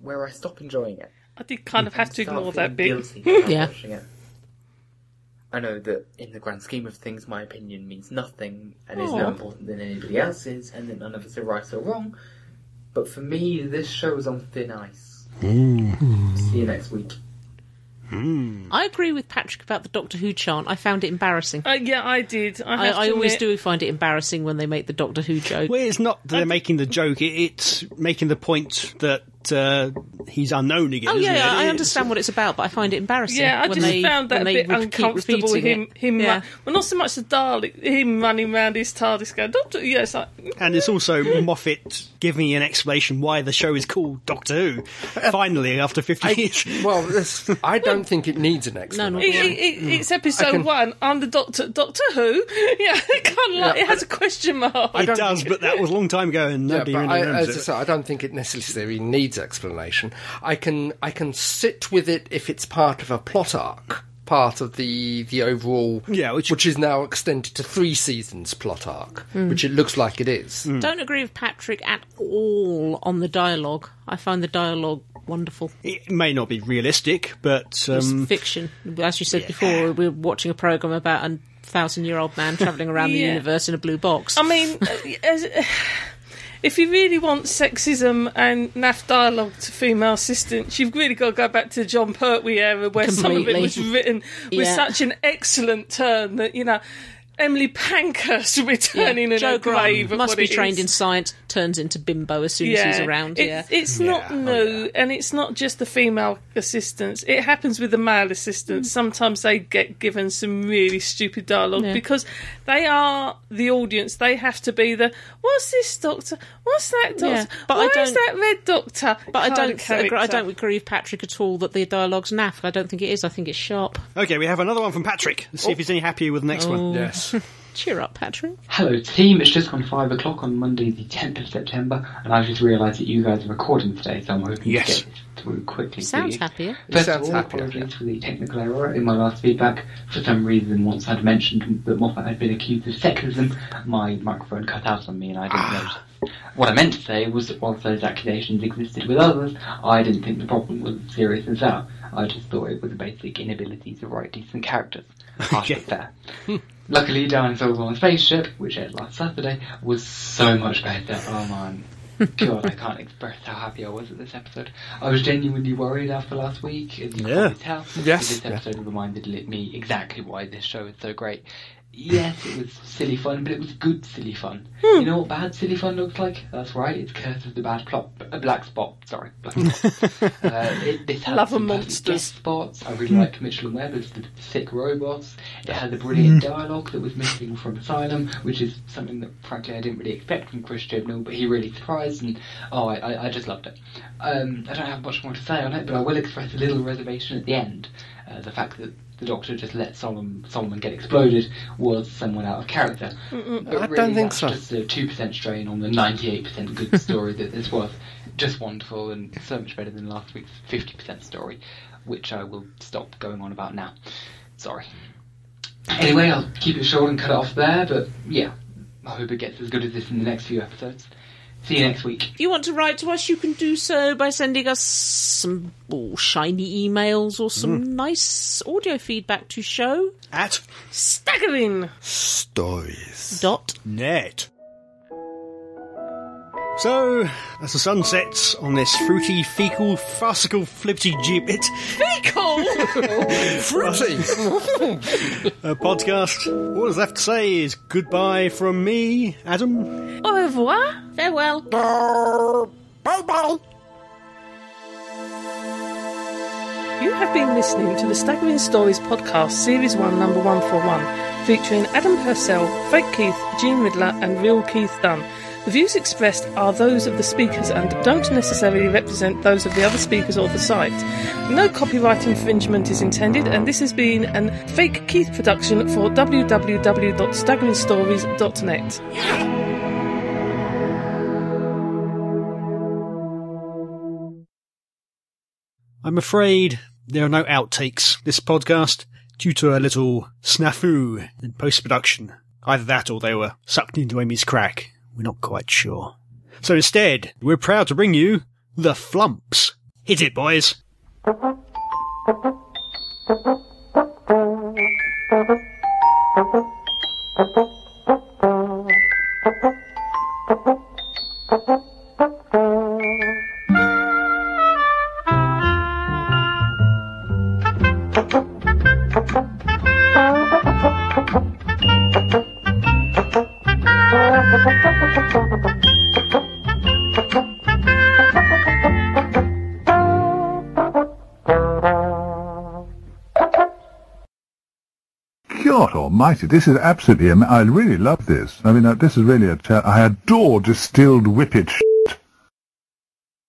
S8: where I stop enjoying it.
S5: I did kind of have to
S8: Start
S5: ignore that
S8: feeling
S5: bit.
S8: guilty about
S2: Yeah.
S8: watching it. I know that in the grand scheme of things, my opinion means nothing and is
S2: Aw.
S8: no important than anybody else's, and that none of us are right or wrong. But for me, this show is on thin ice. See you next week.
S2: I agree with Patrick about the Doctor Who chant. I found it embarrassing.
S5: Uh, yeah, I did. I,
S2: I,
S5: have
S2: I
S5: to
S2: always
S5: admit-
S2: do find it embarrassing when they make the Doctor Who joke.
S4: Well, it's not that they're making the joke. It, it's making the point that uh, he's unknown again.
S2: Oh
S4: isn't
S2: yeah,
S4: it?
S2: yeah, I
S4: It's-
S2: understand what it's about, but I find it embarrassing.
S5: Yeah, I
S2: when
S5: just
S2: they,
S5: found that
S2: when
S5: a
S2: they
S5: bit
S2: would keep
S5: uncomfortable.
S2: repeating
S5: Him,
S2: it.
S5: him,
S2: yeah.
S5: ra- well, not so much the Dalek, him running round his TARDIS going, Doctor. Yeah, it's like,
S4: And it's also Moffat giving an explanation why the show is called Doctor Who. Finally, after fifty years.
S3: Well, this, I don't think it needs an
S2: no,
S3: explanation.
S2: not
S5: it,
S2: really.
S5: it, it, it's episode
S3: Mm. can-
S5: one. I'm the Doctor. Doctor Who? Yeah, kind of like
S3: Yeah,
S5: it has a question mark.
S4: It does, but that was a long time ago, and
S3: Yeah,
S4: nobody
S3: but
S4: really
S3: I,
S4: remembers
S3: as I
S4: it.
S3: said, I don't think it necessarily needs explanation. I can I can sit with it if it's part of a plot arc, part of the the overall
S4: Yeah, which-
S3: is now extended to three seasons plot arc,
S2: Mm.
S3: which it looks like it is.
S4: Mm.
S2: Don't agree with Patrick at all on the dialogue. I find the dialogue wonderful.
S4: It may not be realistic, but
S2: It's
S4: um,
S2: fiction, as you said before. We were watching a program about a thousand-year-old man traveling around the
S5: Yeah.
S2: universe in a blue box.
S5: I mean, uh, as, if you really want sexism and naff dialogue to female assistants, you've really got to go back to the John Pertwee era where some of it
S2: Completely.
S5: was written with
S2: Yeah.
S5: such an excellent turn that, you know, Emily Pankhurst
S2: Yeah.
S5: returning in
S2: Joe
S5: a grave.
S2: Graham
S5: at
S2: must
S5: what
S2: be
S5: it
S2: trained
S5: is.
S2: in science. Turns into bimbo as soon as he's around.
S5: It-
S2: yeah,
S5: It's not new, and it's not just the female assistants. It happens with the male assistants. Sometimes they get given some really stupid dialogue
S2: Hmm. Yeah.
S5: because they are the audience. They have to be the what's this doctor? What's that doctor?
S2: Yeah, but I
S5: Why is
S2: don't-
S5: that red doctor?
S2: but I
S5: kind of
S2: don't. Agree, I
S5: character.
S2: don't agree with Patrick at all that the dialogue's naff. I don't think it is. I think it's sharp.
S4: okay, we have another one from Patrick. Let's see if he's any happier with the
S2: Oh.
S4: next one.
S3: Yes,
S2: Cheer up, Patrick.
S9: Hello, team. It's just gone five o'clock on Monday, the 10th of September, and I've just realised that you guys are recording today, so I'm hoping
S4: Yes.
S9: to get this through quickly.
S2: Sounds
S9: for you.
S2: happier.
S9: First
S3: Sounds
S9: of all,
S3: happier,
S9: apologies
S3: Oh, yeah.
S9: for the technical error in my last feedback. For some reason, once I'd mentioned that Moffat had been accused of sexism, my microphone cut out on me and I didn't
S3: Ah.
S9: notice. What I meant to say was that whilst those accusations existed with others, I didn't think the problem was as serious as that. I just thought it was a basic inability to write decent characters. Harsh but fair. Luckily, Dinosaurs on a Spaceship, which aired last Saturday, was so much better. Oh man. God, I can't express how happy I was at this episode. I was genuinely worried after last week, as you
S4: Yeah.
S9: can tell.
S3: Yes.
S9: This episode reminded li- me exactly why this show is so great.
S8: Yes, it was silly fun, but it was good silly fun. You know what bad silly fun looks like? That's right, it's Curse of the Bad Plot, uh, Black Spot. Sorry, Black Spot. uh, it, this has
S5: Love
S8: some
S5: and
S8: perfect
S5: monsters.
S8: guest spots. I really like Mitchell and Webb as the sick robots. It had the brilliant dialogue that was missing from Asylum, which is something that frankly I didn't really expect from Chris Chibnall, but he really surprised, and oh, I, I, I just loved it. Um, I don't have much more to say on it, but I will express a little reservation at the end. Uh, the fact that the Doctor just let Solomon, Solomon get exploded was someone out of character. But
S3: I don't
S8: really
S3: think
S8: that's
S3: so.
S8: Just a two percent strain on the ninety-eight percent good story that this was. Just wonderful and so much better than last week's fifty percent story, which I will stop going on about now. Sorry. Anyway, I'll keep it short and cut it off there. But yeah, I hope it gets as good as this in the next few episodes. See you next week.
S2: If you want to write to us, you can do so by sending us some oh, shiny emails or some
S5: Mm.
S2: nice audio feedback to show
S4: At
S5: Staggering.
S1: Stories.
S2: dot
S4: net. So, as the sun sets on this fruity, fecal, farcical, flippity gibbet,
S3: Fruity!
S4: a uh, podcast, all that's left to say is goodbye from me, Adam.
S5: Au revoir.
S2: Farewell.
S5: You have been listening to the Staggering Stories podcast, Series 1, Number 141, featuring Adam Purcell, Frank Keith, Gene Riddler, and Real Keith Dunn. The views expressed are those of the speakers and don't necessarily represent those of the other speakers or the site. No copyright infringement is intended, and this has been an Fake Keith production for www.staggeringstories.net.
S4: I'm afraid there are no outtakes this podcast due to a little snafu in post production. Either that or they were sucked into Amy's crack. We're not quite sure. So instead, we're proud to bring you The Flumps. Hit it, boys!
S10: God almighty, this is absolutely, am- I really love this. I mean, uh, this is really a, ta- I adore distilled whippet